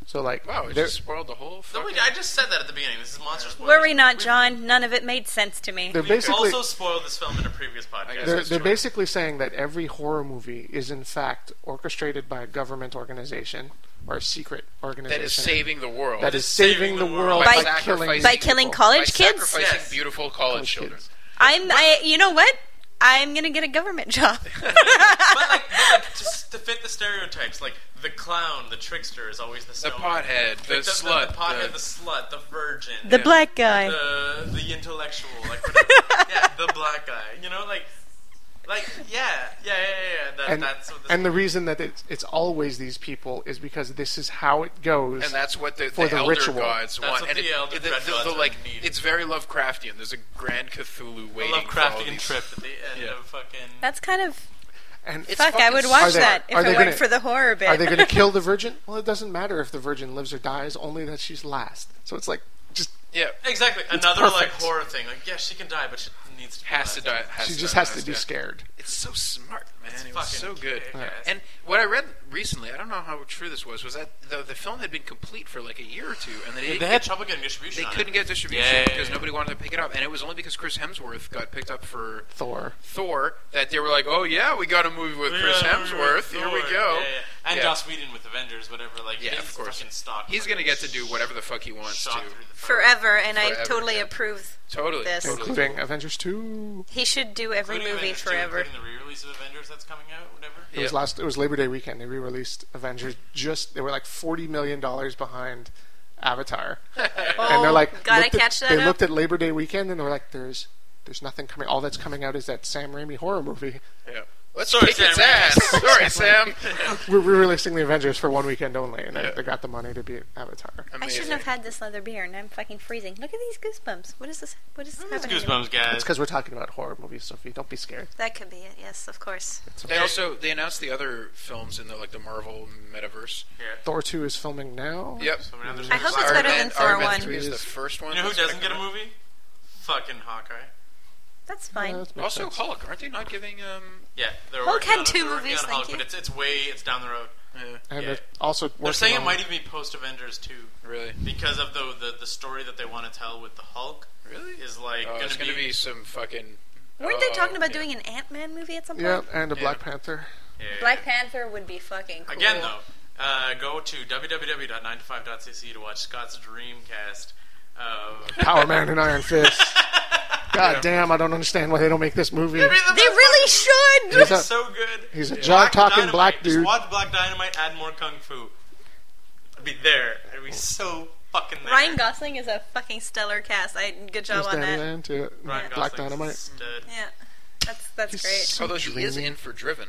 D: So like,
F: Wow, it
D: there-
F: just spoiled the whole.
G: So
F: Fucking...
G: we, I just said that at the beginning. This is monster spoilers.
E: Were we not,
G: We've-
E: John? None of it made sense to me.
D: they're
G: We've
D: basically
G: also spoiled this film in a previous podcast.
F: guess
D: they're,
F: that's
D: they're
F: true.
D: basically saying that every horror movie is in fact orchestrated by a government organization or a secret organization
F: that is saving the world.
D: that is saving the world
F: By
D: by, killing
F: sacrificing-
E: By killing
D: people.
F: by
E: college kids,
F: sacrificing
G: Yes.
F: beautiful college
D: College
F: children.
D: kids.
E: I'm. I. You know what? I'm gonna get a
D: (laughs)
E: government job.
G: but like, but like to, s- to fit the stereotypes, like the clown, the trickster is always the
F: The
G: stoner.
F: pothead, the,
G: Like,
F: slut,
G: the pothead, the,
F: the-
G: slut, the virgin,
E: the black guy.
G: the the intellectual,
E: (laughs)
G: like whatever. yeah, the black guy. You know, like, like yeah, yeah, yeah, yeah. yeah. That,
D: and,
G: that's what this
D: and the reason that it's, it's always these people is because this is how it goes
F: and that's what the,
D: For
F: the,
D: the
F: elder
D: ritual.
F: gods
G: That's
F: want.
G: what
F: and
G: the
F: it-
G: elder
F: it- the,
G: dread
F: the-
G: gods
F: the,
G: are
F: like,
G: needed.
F: it's very Lovecraftian. There's a grand Cthulhu waiting. for all
G: Lovecraftian
F: these-
G: trip at the end
F: Yeah.
G: of fucking.
E: That's kind of
D: and
F: It's
E: fuck. I
F: fucking
E: would
F: s-
D: Are
E: watch
D: they-
E: that if
D: are
E: it
D: they
E: weren't
D: gonna-
E: for the horror bit.
D: are they
E: (laughs)
D: going to kill the virgin well it doesn't matter if the virgin lives or dies only that she's last so it's like just
F: Yeah,
G: Exactly, another like
D: perfect.
G: horror thing. Like, yeah, she can die, but she needs to be
F: has to
G: last.
F: die. Has
D: she
F: to
D: just
F: die
D: has
F: last,
D: to be
F: yeah.
D: scared
F: It's so smart, man. it was
G: fucking
F: so good.
G: kick-ass.
F: And what I read recently, I don't know how true this was, was that the, the film had been complete for like a year or two, and they didn't
G: They
F: get
G: had trouble getting distribution.
F: They
G: on
F: couldn't
G: it.
F: get distribution
G: Yeah, yeah,
F: because
G: yeah.
F: nobody wanted to pick it up, and it was only because Chris Hemsworth got picked up for
D: thor
F: Thor that they were like, "Oh yeah, we got a movie with
G: Yeah,
F: Chris Hemsworth.
G: Thor.
F: Here we
G: Yeah,
F: go."
G: yeah. And
F: Yeah.
G: Joss Whedon with Avengers, whatever. Like,
F: Yeah,
G: he's
F: of course.
G: fucking stock.
F: He's gonna get to do whatever the fuck he wants to.
G: shot through the phone.
E: forever? And I
F: Forever,
E: totally
F: yeah.
E: approve.
F: Totally,
E: This.
F: totally. (laughs)
D: including avengers 2
E: He should do every
G: Including
E: movie
G: Avengers two,
E: forever.
G: Including the re-release of Avengers that's coming out, whatever.
D: It was
F: Yeah.
D: last. It was Labor Day weekend. They re-released Avengers. Just they were like forty million dollars behind Avatar, and they're like,
E: gotta
D: looked at-
E: catch that
D: They
E: up.
D: looked at Labor Day weekend and they're like, there's, there's nothing coming. All that's coming out is that Sam Raimi horror movie.
F: Yeah. Let's
G: Sorry,
F: kick its
G: Sam. (laughs)
F: ass. Sorry, Sam.
D: We're re-releasing the Avengers for one weekend only, and they- they got the money to be Avatar.
E: I shouldn't have had this leather beer, and I'm fucking freezing. Look at these goosebumps. What is this? What is this happening? to me?
G: Goosebumps, guys.
D: It's because we're talking about horror movies, Sophie. Don't be scared.
E: That could be it. Yes, of course.
F: They also they announced the other films in the like the Marvel metaverse.
D: Thor two is filming now.
F: Yep.
G: So many others
E: I hope
G: are-
E: it's
F: Iron
E: better
F: Man-
E: than Thor
F: Iron Man
E: one.
F: 3 is the first one.
G: You know who
F: that's gonna
G: doesn't get a
F: come out.
G: movie? Fucking Hawkeye.
E: That's
D: Yeah,
E: fine.
D: that makes
F: Also,
D: sense.
F: Hulk. Aren't they not giving um?
G: Yeah, they're
E: Hulk
G: working
E: had
G: on it-
E: two
G: they're working
E: movies,
G: on
E: thank
G: Hulk,
E: you.
G: but it's it's way it's down the road.
F: Yeah,
D: and
G: yeah.
D: they're also
G: They're saying it might
D: even.
G: even be post Avengers two
F: really.
G: because of the, the the story that they want to tell with the Hulk
F: Really?
G: is like
F: Oh,
G: gonna,
F: it's
G: be,
F: going to be some fucking. uh,
E: Weren't they talking about
F: Oh, yeah.
E: doing an Ant Man movie at some point?
D: Yeah, and a Black
F: Yeah.
D: Panther.
G: yeah.
E: Black Panther would be fucking cool.
G: Again, though, uh, go to www.9to5.cc to watch Scott's Dreamcast. of (laughs)
D: Power Man and Iron Fist. God damn, I don't understand why they don't make this movie.
E: They really should! (laughs)
D: He's a,
G: so good.
D: he's a
G: Black
D: job talking
G: Dynamite.
D: black
G: Just
D: dude.
G: watch Black Dynamite. Add more kung fu. I'd be there. I'd be so fucking there.
E: Ryan Gosling is a fucking stellar cast. I good job
D: Who's
E: on
D: Danny
E: that.
D: Land? Yeah,
G: Ryan Gosling's
D: Black
G: a
D: Dynamite.
G: stud.
E: Yeah, that's that's
D: He's
E: great.
D: so
F: Although she is
D: dreamy.
F: in for Driven.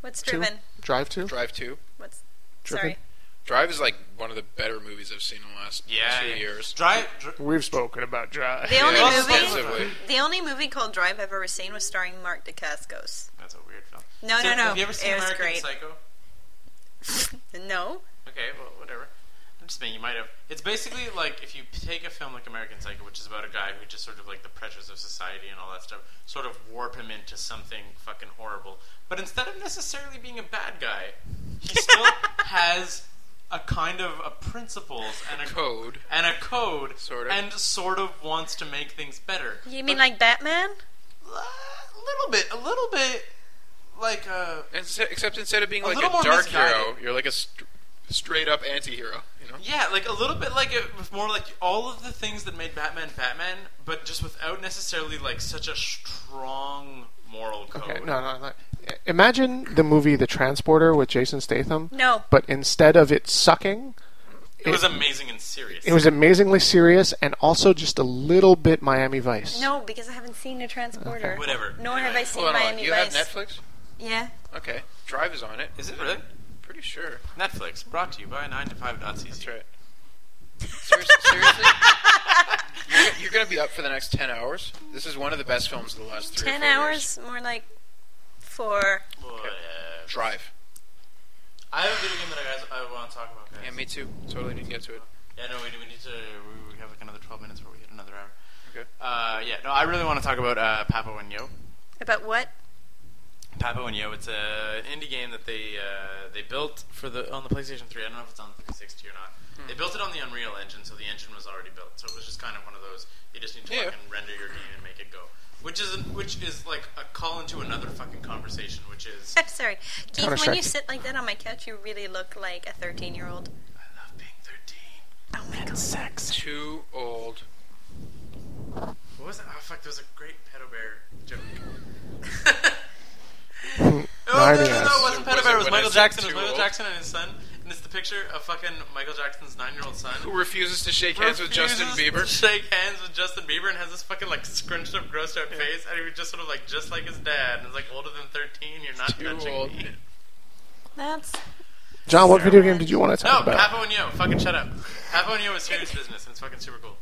E: What's
D: Two?
E: driven?
D: Drive two.
F: Drive 2.
E: What's
D: Driven.
E: sorry?
F: Drive is like one of the better movies I've seen in the last
G: Yeah,
F: two
G: yeah.
F: years.
G: Drive. Dr-
D: We've spoken about Drive.
E: The only
F: Yeah,
E: movie,
F: extensively.
E: the only movie called Drive I've ever seen was starring Mark DeCascos.
G: That's a weird film.
E: No,
G: So,
E: no, no.
G: Have you ever seen
E: it was
G: American
E: great.
G: Psycho?
E: (laughs) no,
G: Okay, well, whatever. spin, you might have. It's basically like if you take a film like American Psycho, which is about a guy who just sort of like the pressures of society and all that stuff, sort of warp him into something fucking horrible. But instead of necessarily being a bad guy, he
E: (laughs)
G: still has a kind of a principles and a
F: Code.
G: and a code,
F: Sort of.
G: and sort of wants to make things better.
E: You mean like Batman?
G: Uh, A little bit, a little bit, like uh,
F: And s- except instead of being
G: A
F: like
G: little
F: a
G: more
F: dark
G: misguided.
F: hero, you're like a st- straight up anti-hero. You know?
G: yeah, like a little bit, like it was more like all of the things that made Batman Batman, but just without necessarily like such a strong moral code.
D: Okay, no, no, no. Imagine the movie The Transporter with Jason Statham,
E: No.
D: but instead of it sucking,
G: it, was amazing and serious.
D: it was amazingly serious and also just a little bit Miami Vice.
E: No, because I haven't seen a transporter.
G: Whatever.
E: Nor have I seen
F: Hold on, hold on.
E: Miami
F: you
E: Vice.
F: have Netflix?
E: Yeah.
F: Okay, Drive is on it.
G: Is it really?
F: Pretty sure.
G: Netflix brought to you by 9 to 5
F: That's right. Seriously, seriously? You're, you're gonna be up for the next ten hours. This is one of the best films of the last three. or
E: Ten
F: four
E: hours, more like four.
F: Years. Drive.
G: I have a video game that I, guys, I want to talk about. Guys.
F: Yeah, me too. Totally didn't get to it.
G: Yeah, no, we, we need to. We, we have like another 12 minutes where we hit another hour.
F: Okay.
G: Uh, yeah, no, I really want to talk about uh, Papo and Yo.
E: About what?
G: Papo and Yo, it's a, an indie game that they uh, they built for the on the PlayStation 3. I don't know if it's on the 360 or not. They built it on the Unreal Engine, so the engine was already built. So it was just kind of one of those you just need to
F: Yeah.
G: fucking render your game and make it go. Which is which is like a call into another fucking conversation, which is
E: I'm sorry. Keith, when
D: Counter-Strike.
E: you sit like that on my couch, you really look like a 13 year old.
G: I love being 13.
E: Oh my god.
G: Sex.
F: Too old.
G: What was that? Oh fuck! There was a great pedo bear
F: (laughs)
G: joke. Oh, no, no,
D: Gnarly
G: no,
D: ass.
G: it wasn't
F: Was
G: Pedo
F: it
G: Bear. It was
F: when
G: Michael
F: it's
G: Jackson. It
F: too
G: was Michael
F: old?
G: Jackson and his son. And it's the picture of fucking Michael Jackson's nine-year-old son.
F: Who refuses to shake hands with Justin
G: refuses
F: Bieber?
G: (laughs) to Shake hands with Justin Bieber and has this fucking like scrunched up, grossed out face, and he was just sort of like just like his dad. And it's like older than thirteen. You're not
F: Too
G: touching
F: old.
G: me.
E: (laughs) That's.
D: John, what video game did you want to
G: No,
D: talk about?
G: Papo and Yo, fucking shut up. Papo and Yo is serious business, and it's fucking super cool.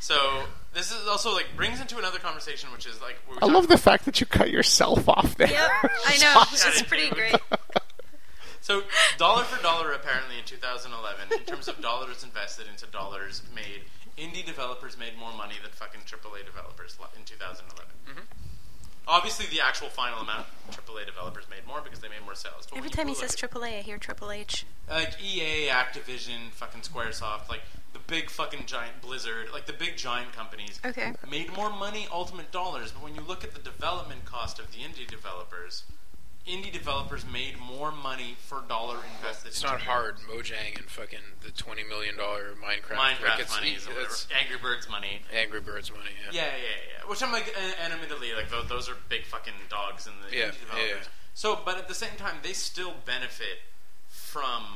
G: So this is also like brings into another conversation, which is like where we
D: I
G: talk
D: love the fact that you cut yourself off there.
E: Yep, I
D: (laughs) It's
E: know.
D: awesome.
E: It's pretty great.
G: So dollar for dollar, apparently in 2011, in terms of dollars invested into dollars made, indie developers made more money than fucking AAA developers lo- in 2011. Obviously, the actual final amount AAA developers made more because they made more sales. But when
E: Every
G: you
E: time he
G: look
E: says
G: at-
E: AAA, I hear Triple H.
G: like EA, Activision, fucking SquareSoft, like the big fucking giant Blizzard, like the big giant companies
E: Okay.
G: made more money ultimate dollars, but when you look at the development cost of the indie developers, indie developers made more money for dollar invested.
F: It's
G: into
F: not
G: it.
F: hard. Mojang and fucking the twenty million dollar Minecraft.
G: Minecraft
F: Like, it's, e-
G: money is or whatever.
F: it's
G: Angry Birds money.
F: Angry Birds money.
G: Yeah, yeah, yeah. Which I'm like, and, and admittedly, like tho- those are big fucking dogs in the
F: Yeah,
G: indie
F: yeah,
G: developers.
F: yeah.
G: So, but at the same time, they still benefit from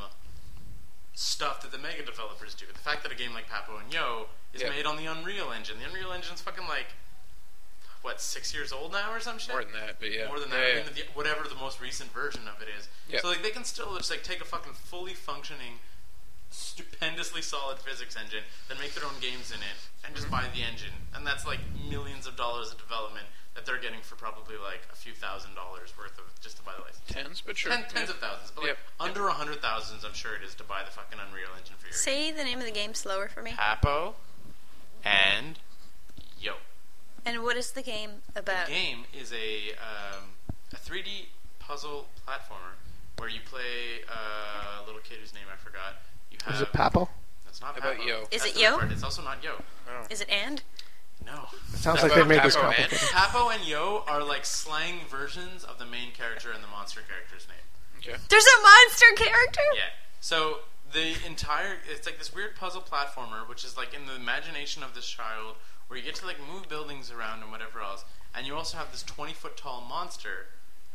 G: stuff that the mega developers do. The fact that a game like Papo and Yo is
F: Yeah.
G: made on the Unreal Engine. The Unreal Engine's fucking like what six years old now or some shit.
F: More than that, but yeah.
G: More than that,
F: Yeah,
G: I mean, the- whatever the most recent version of it is.
F: Yeah.
G: So like they can still just like take a fucking fully functioning, stupendously solid physics engine, then make their own games in it, and just buy the engine, and that's like millions of dollars of development that they're getting for probably like a few thousand dollars worth of just to buy the license.
F: yeah. Tens, but sure.
G: Ten, tens
F: yeah.
G: of thousands, but like
F: Yep.
G: under a hundred thousands, I'm sure it is to buy the fucking Unreal Engine for your
E: Say the name of the game slower for me.
G: Papo and Yo.
E: And what is the game about?
G: The game is a um, a 3D puzzle platformer where you play uh, a little kid whose name I forgot. You have,
D: Is it Papo?
G: That's not
F: How about
G: Papo.
F: Yo?
E: Is
G: That's
E: it
G: the weird
E: Yo?
G: part. It's also not Yo.
F: Oh,
E: Is it and?
G: No.
D: It sounds
F: How
D: like they
F: about
D: made this
F: Papo Man?
D: complicated.
G: Papo and Yo are like slang versions of the main character and the monster character's name.
F: Okay.
E: There's a monster character?
G: Yeah. So the entire it's like this weird puzzle platformer, which is like in the imagination of this child, where you get to like move buildings around and whatever else, and you also have this twenty foot tall monster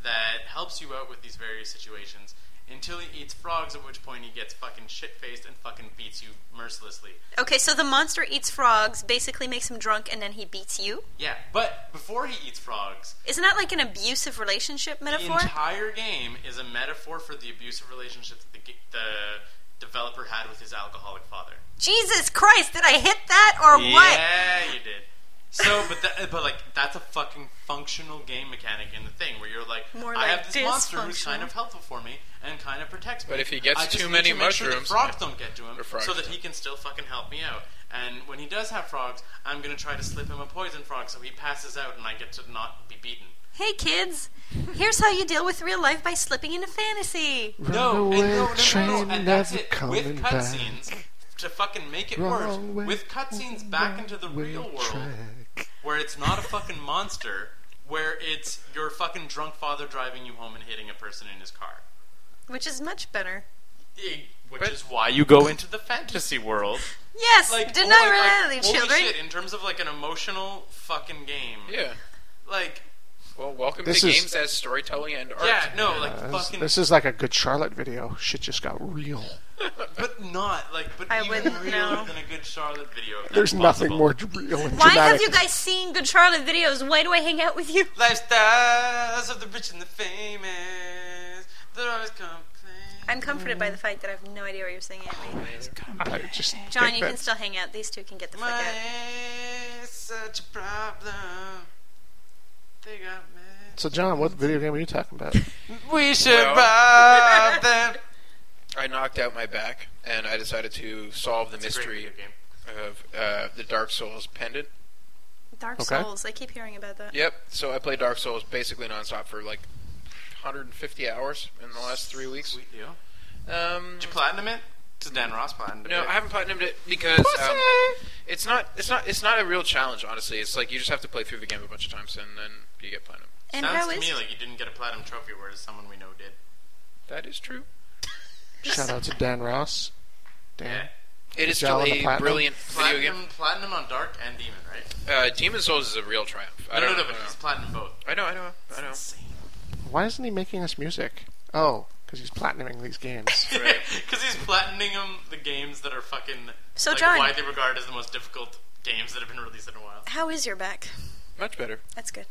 G: that helps you out with these various situations until he eats frogs, at which point he gets fucking shit faced and fucking beats you mercilessly.
E: Okay, so the monster eats frogs, basically makes him drunk, and then he beats you?
G: Yeah, but before he eats frogs,
E: Isn't that like an abusive relationship metaphor?
G: The entire game is a metaphor for the abusive relationship that the, g- the developer had with his alcoholic father.
E: Jesus Christ, did I hit that or what?
G: Yeah, you did. So, but that, but like that's a fucking functional game mechanic in the thing where you're like,
E: More
G: I
E: like
G: have this monster who's kind
E: dysfunctional.
G: of helpful for me and kind of protects me.
F: But if he gets
G: I just
F: too
G: need
F: many
G: to make sure that
F: mushrooms-
G: frogs don't get to him,
F: Or frogs,
G: so that he
F: yeah.
G: can still fucking help me out. And when he does have frogs, I'm gonna try to slip him a poison frog so he passes out and I get to not be beaten.
E: Hey kids, here's how you deal with real life by slipping into fantasy.
G: No,
D: Runaway
G: and no, no,
D: train
G: no, no, and that's
D: never
G: it.
D: coming
G: With
D: back.
G: cutscenes to fucking make it worse,
D: Runaway
G: with cutscenes back into the real world,
D: track.
G: where it's not a fucking monster, where it's your fucking drunk father driving you home and hitting a person in his car.
E: Which is much better.
G: Eh, Which
F: But-
G: is why you go into the fantasy world.
E: Yes,
G: Like,
E: didn't
G: holy-
E: I
G: like,
E: really,
G: holy
E: children?
G: shit, in terms of like an emotional fucking game.
F: Yeah.
G: Like,
F: Well, welcome
D: This
F: to
D: is-
F: games as storytelling and art.
G: yeah, no, like
D: Uh, this,
G: fucking.
D: this is like a good Charlotte video. Shit just got real.
G: (laughs) But not, like, but
E: I
G: even
E: wouldn't
G: realer
E: know.
G: than a good Charlotte video. if
D: There's
G: that's
D: nothing
G: possible.
D: more d- real and
E: Why
D: dramatic.
E: have you guys seen Good Charlotte videos? Why do I hang out with you?
G: Lifestyles of the rich and the famous. They're always complaining.
E: I'm comforted by the fact that I have no idea what you're singing at me.
D: I just
E: John,
D: think
E: you can
D: that-
E: still hang out. These two can get the fuck out.
G: Money is such a problem. They got mad.
D: So, John, what video game are you talking
E: (laughs)
D: about?
G: We should rob (laughs) them.
F: I knocked out my back, and I decided to solve the mystery of uh, the Dark Souls pendant.
E: Dark
D: Okay.
E: Souls. I keep hearing about that.
F: Yep. So I played Dark Souls basically nonstop for like 150 hours in the last three weeks.
G: Sweet deal.
F: Um,
G: Did you platinum it? Does Dan Ross platinum
F: no,
G: it?
F: I haven't platinumed it because um, it's not it's not it's not a real challenge. Honestly, it's like you just have to play through the game a bunch of times, and then you get platinum.
E: And
G: Sounds
E: how
G: to
E: is
G: me like you didn't get a platinum trophy, whereas someone we know did.
F: That is true.
D: Shout out to Dan Ross. Dan.
F: It is
D: Y'all
F: still
D: on the
F: a
D: platinum?
F: brilliant video
G: Platinum,
F: game.
G: platinum on Dark and Demon, right?
F: Uh, Demon Souls is a real triumph. I
G: no,
F: don't
G: no,
F: know.
G: no, but
F: I
G: he's platinum both.
F: know. I know. I know.
D: Why isn't he making us music? Oh, because he's platinuming these games.
G: (laughs)
F: Right.
G: Because he's platining them the games that are fucking
E: So,
G: like,
E: John-
G: why they regard as the most difficult games that have been released in a while.
E: how is your back?
F: Much better.
E: That's good.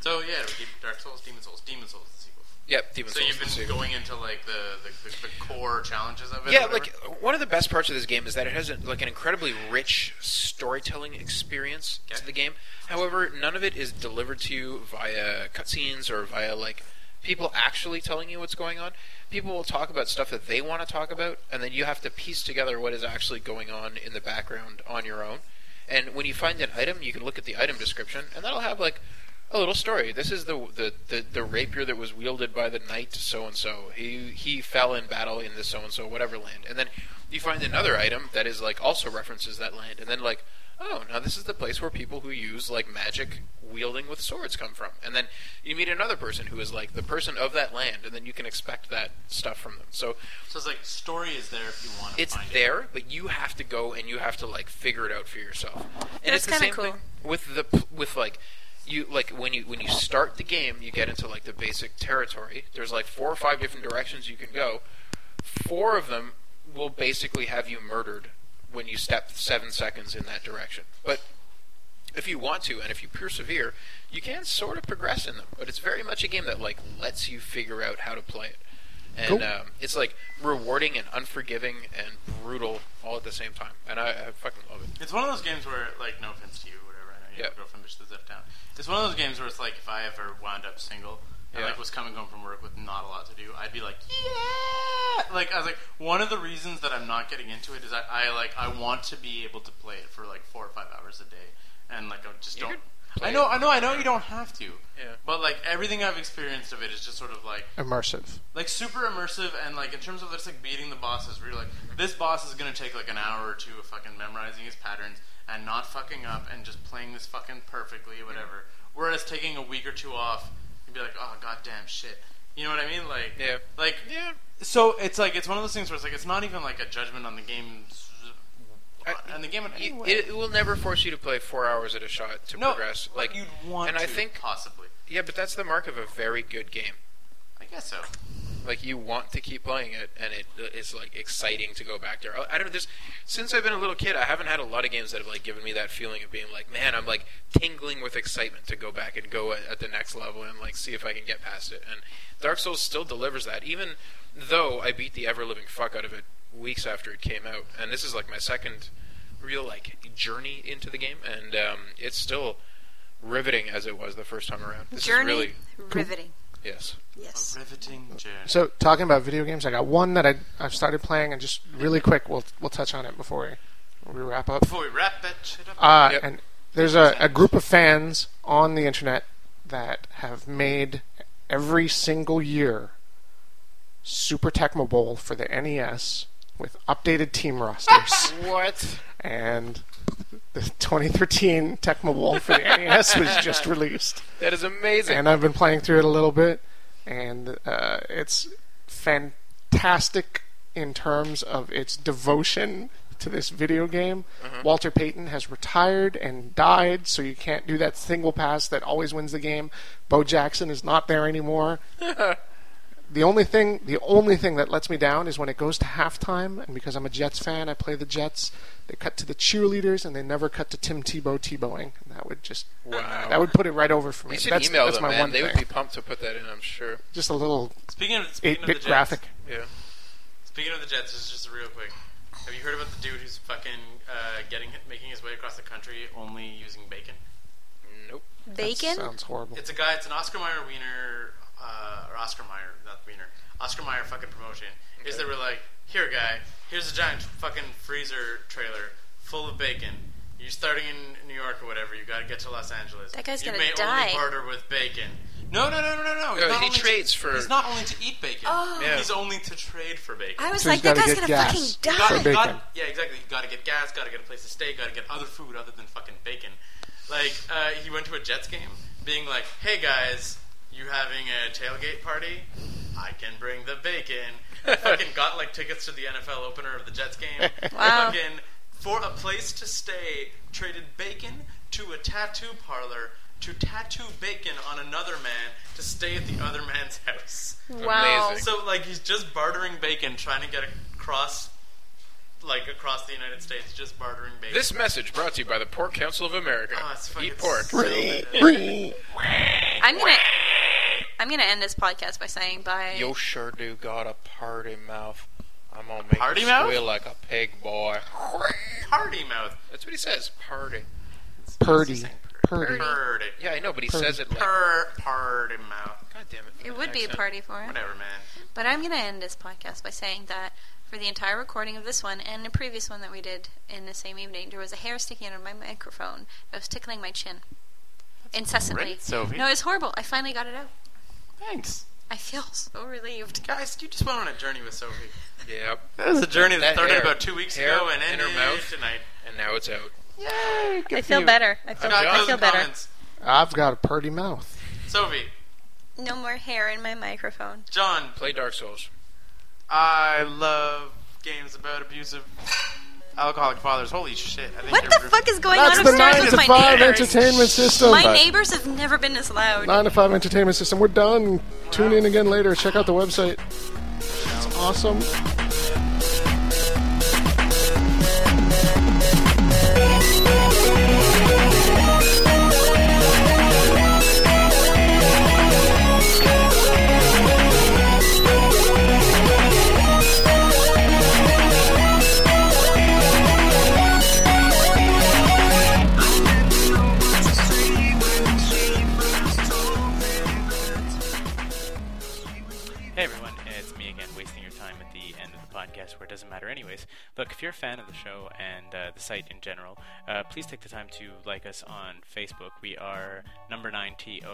G: So yeah, we keep Dark Souls, Demon Souls, Demon Souls the sequel.
F: Yep. Demon
G: So
F: Souls.
G: you've
F: is
G: been
F: a-
G: going into like the the, the, the core challenges of it.
F: Yeah,
G: or whatever?
F: like one of the best parts of this game is that it has a, like an incredibly rich storytelling experience
G: Okay.
F: to the game. However, none of it is delivered to you via cutscenes or via like people actually telling you what's going on. People will talk about stuff that they want to talk about, and then you have to piece together what is actually going on in the background on your own. And when you find an item, you can look at the item description, and that'll have like a little story. This is the the, the, the rapier that was wielded by the knight so and so. He he fell in battle in the so and so whatever land. And then you find another item that is like also references that land. And then like, oh, now this is the place where people who use like magic wielding with swords come from. And then you meet another person who is like the person of that land, and then you can expect that stuff from them. So
G: so it's like story is there if you want to
F: it's
G: find it.
F: there, but you have to go and you have to like figure it out for yourself. And
E: That's
F: it's the
E: kinda
F: same
E: cool.
F: thing with the p- with like you like when you when you start the game, you get into like the basic territory. There's like four or five different directions you can go. Four of them will basically have you murdered when you step seven seconds in that direction. But if you want to and if you persevere, you can sort of progress in them. But it's very much a game that like lets you figure out how to play it, and
D: Cool.
F: um, it's like rewarding and unforgiving and brutal all at the same time. And I, I fucking love it.
G: It's one of those games where, like, no offense to you, whatever. I know your
F: Yep.
G: girlfriend bitches out of town. It's one of those games where it's like, if I ever wound up single and
F: Yeah.
G: like was coming home from work with not a lot to do, I'd be like, yeah. Like I was like, one of the reasons that I'm not getting into it is I, I like I want to be able to play it for like four or five hours a day, and like I just
F: You
G: don't.
F: could
G: I
F: play
G: know,
F: it.
G: I know, I know. You don't have to.
F: Yeah.
G: But like everything I've experienced of it is just sort of like
D: Immersive.
G: like super immersive and like in terms of just like beating the bosses where you're like this boss is gonna take like an hour or two of fucking memorizing his patterns and not fucking up and just playing this fucking perfectly whatever whereas taking a week or two off you'd be like oh goddamn shit you know what i mean like
F: Yeah.
G: like
F: Yeah.
G: so it's like it's one of those things where it's like it's not even like a judgment on the game's
F: I-
G: and the game
F: It, it, it will never force you to play four hours at a shot to
G: no
F: progress.
G: like
F: Like
G: you'd want
F: and I
G: to,
F: think-
G: possibly
F: yeah, but that's the mark of a very good game.
G: i guess so
F: like you want to keep playing it and it it's like exciting to go back there i, I don't know this since i've been a little kid i haven't had a lot of games that have like given me that feeling of being like man i'm like tingling with excitement to go back and go at, at the next level and like see if i can get past it and dark souls still delivers that even though i beat the ever living fuck out of it weeks after it came out and this is like my second real like journey into the game, and um, it's still riveting as it was the first time around. This
E: Journey,
F: is really
E: riveting.
F: yes.
E: Yes.
G: A riveting journey.
D: So talking about video games, I got one that I I've started playing, and just really quick, we'll we'll touch on it before we, we wrap up.
G: Before we wrap that shit up,
D: Uh,
F: Yep.
D: And there's a, a group of fans on the internet that have made every single year Super Tecmo Bowl for the NES with updated team rosters.
F: (laughs) What?
D: and the 2013 Tecmo Bowl for the NES E was just released.
F: That is amazing.
D: And uh, I've been playing through it a little bit, and uh, it's fantastic in terms of its devotion to this video game.
F: Mm-hmm.
D: Walter Payton has retired and died, so you can't do that single pass that always wins the game. Bo Jackson is not there anymore. The only thing, the only thing that lets me down is when it goes to halftime, and because I'm a Jets fan, I play the Jets. They cut to the cheerleaders, and they never cut to Tim Tebow Tebowing. And that would just
F: wow.
D: that would put it right over for me.
F: you should
D: that's
F: email
D: that's
F: them,
D: my
F: man.
D: one
F: they
D: thing.
F: would be pumped to put that in. I'm sure.
D: Just a little
G: speaking of speaking of the
D: eight-bit
G: Jets,
D: graphic.
F: Yeah.
G: Speaking of the Jets, this is just real quick. Have you heard about the dude who's fucking uh, getting making his way across the country only using bacon?
F: Nope.
E: Bacon?
D: That sounds horrible.
G: It's a guy. It's an Oscar Mayer wiener, uh, or Oscar Mayer, not wiener. Oscar Mayer fucking promotion. Is that we're like, here, guy, here's a giant fucking freezer trailer full of bacon. You're starting in New York or whatever. You gotta get to Los Angeles.
H: That guy's
G: you
H: gonna
G: may
H: die.
G: only barter with bacon. No, no, no, no, no, no. He's
F: No,
G: not
F: he
G: only
F: trades
G: to,
F: for-
G: He's not only to eat bacon.
H: Oh.
F: Yeah.
G: He's only to trade for bacon.
H: I was
D: So
H: like,
D: he's
H: that guy's
D: gotta
H: gonna
D: get gas.
H: fucking
D: Got
H: die.
D: for
G: Gotta,
D: bacon.
G: gotta- yeah, exactly. You gotta get gas, gotta get a place to stay, gotta get other food other than fucking bacon. Like, uh, he went to a Jets game being like, hey guys, you having a tailgate party? I can bring the
D: (laughs)
G: bacon. And fucking got like tickets to the NFL opener of the Jets
D: (laughs)
G: game.
E: Wow.
G: Fucking for a place to stay, traded bacon to a tattoo parlor to tattoo bacon on another man to stay at the other man's house.
E: Wow.
F: Amazing.
G: So like he's just bartering bacon, trying to get across, like across the United States, just bartering bacon.
F: This message brought to you by the Pork Council of America.
G: Oh, it's fucking
F: Eat pork.
G: so good.
E: I'm gonna I'm gonna end this podcast by saying bye.
F: Yo sure do got a party mouth. I'm gonna make
G: Party
F: you
G: mouth?
F: squeal like a pig, boy.
G: party mouth.
F: That's what he says. Party.
D: Purdy. Purdy.
G: Party.
F: Yeah, I know, but he
D: Party.
F: says it like.
G: Per party mouth.
F: God damn it.
E: It would be a
F: Accent.
E: party for him.
G: Whatever, man.
E: But I'm gonna end this podcast by saying that for the entire recording of this one and the previous one that we did in the same evening, there was a hair sticking out of my microphone. It was tickling my chin. Incessantly.
G: great, Sophie.
E: No, it's horrible. I finally got it out.
G: Thanks,
E: I feel (laughs) so relieved.
G: guys. You just went on a journey with Sophie.
F: Yep.
G: That was a journey that
F: That
G: started
F: hair.
G: about two weeks
F: Hair
G: ago and
F: in her
G: ended
F: mouth.
G: tonight.
F: And now it's out.
E: I feel better. I feel,
G: Scott,
E: I
G: closing
E: feel better.
G: comments.
D: I've got a purdy mouth.
G: Sophie,
E: No more hair in my microphone.
G: John,
F: Play Dark Souls.
G: I love games about abusive alcoholic fathers. Holy shit! I think
E: What
G: you're
E: the
G: rude.
E: fuck is going
D: That's
E: on
D: the
E: upstairs
D: nine
E: with
D: to
E: my
D: five
E: neighbors?
D: entertainment system.
E: My neighbors have never been this loud.
D: Nine to five entertainment system. We're done. Tune in again later. Check out the website. It's awesome.
C: Hey everyone, it's me again, wasting your time at the end of the podcast where it doesn't matter anyways. Look, if you're a fan of the show and uh, the site in general, uh, please take the time to like us on Facebook. We are number 9TO5DOTCC,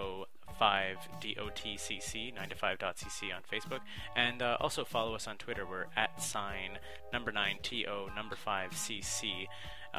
C: 9to5.cc on Facebook, and uh, also follow us on Twitter. We're at sign number 9TO number 5CC uh,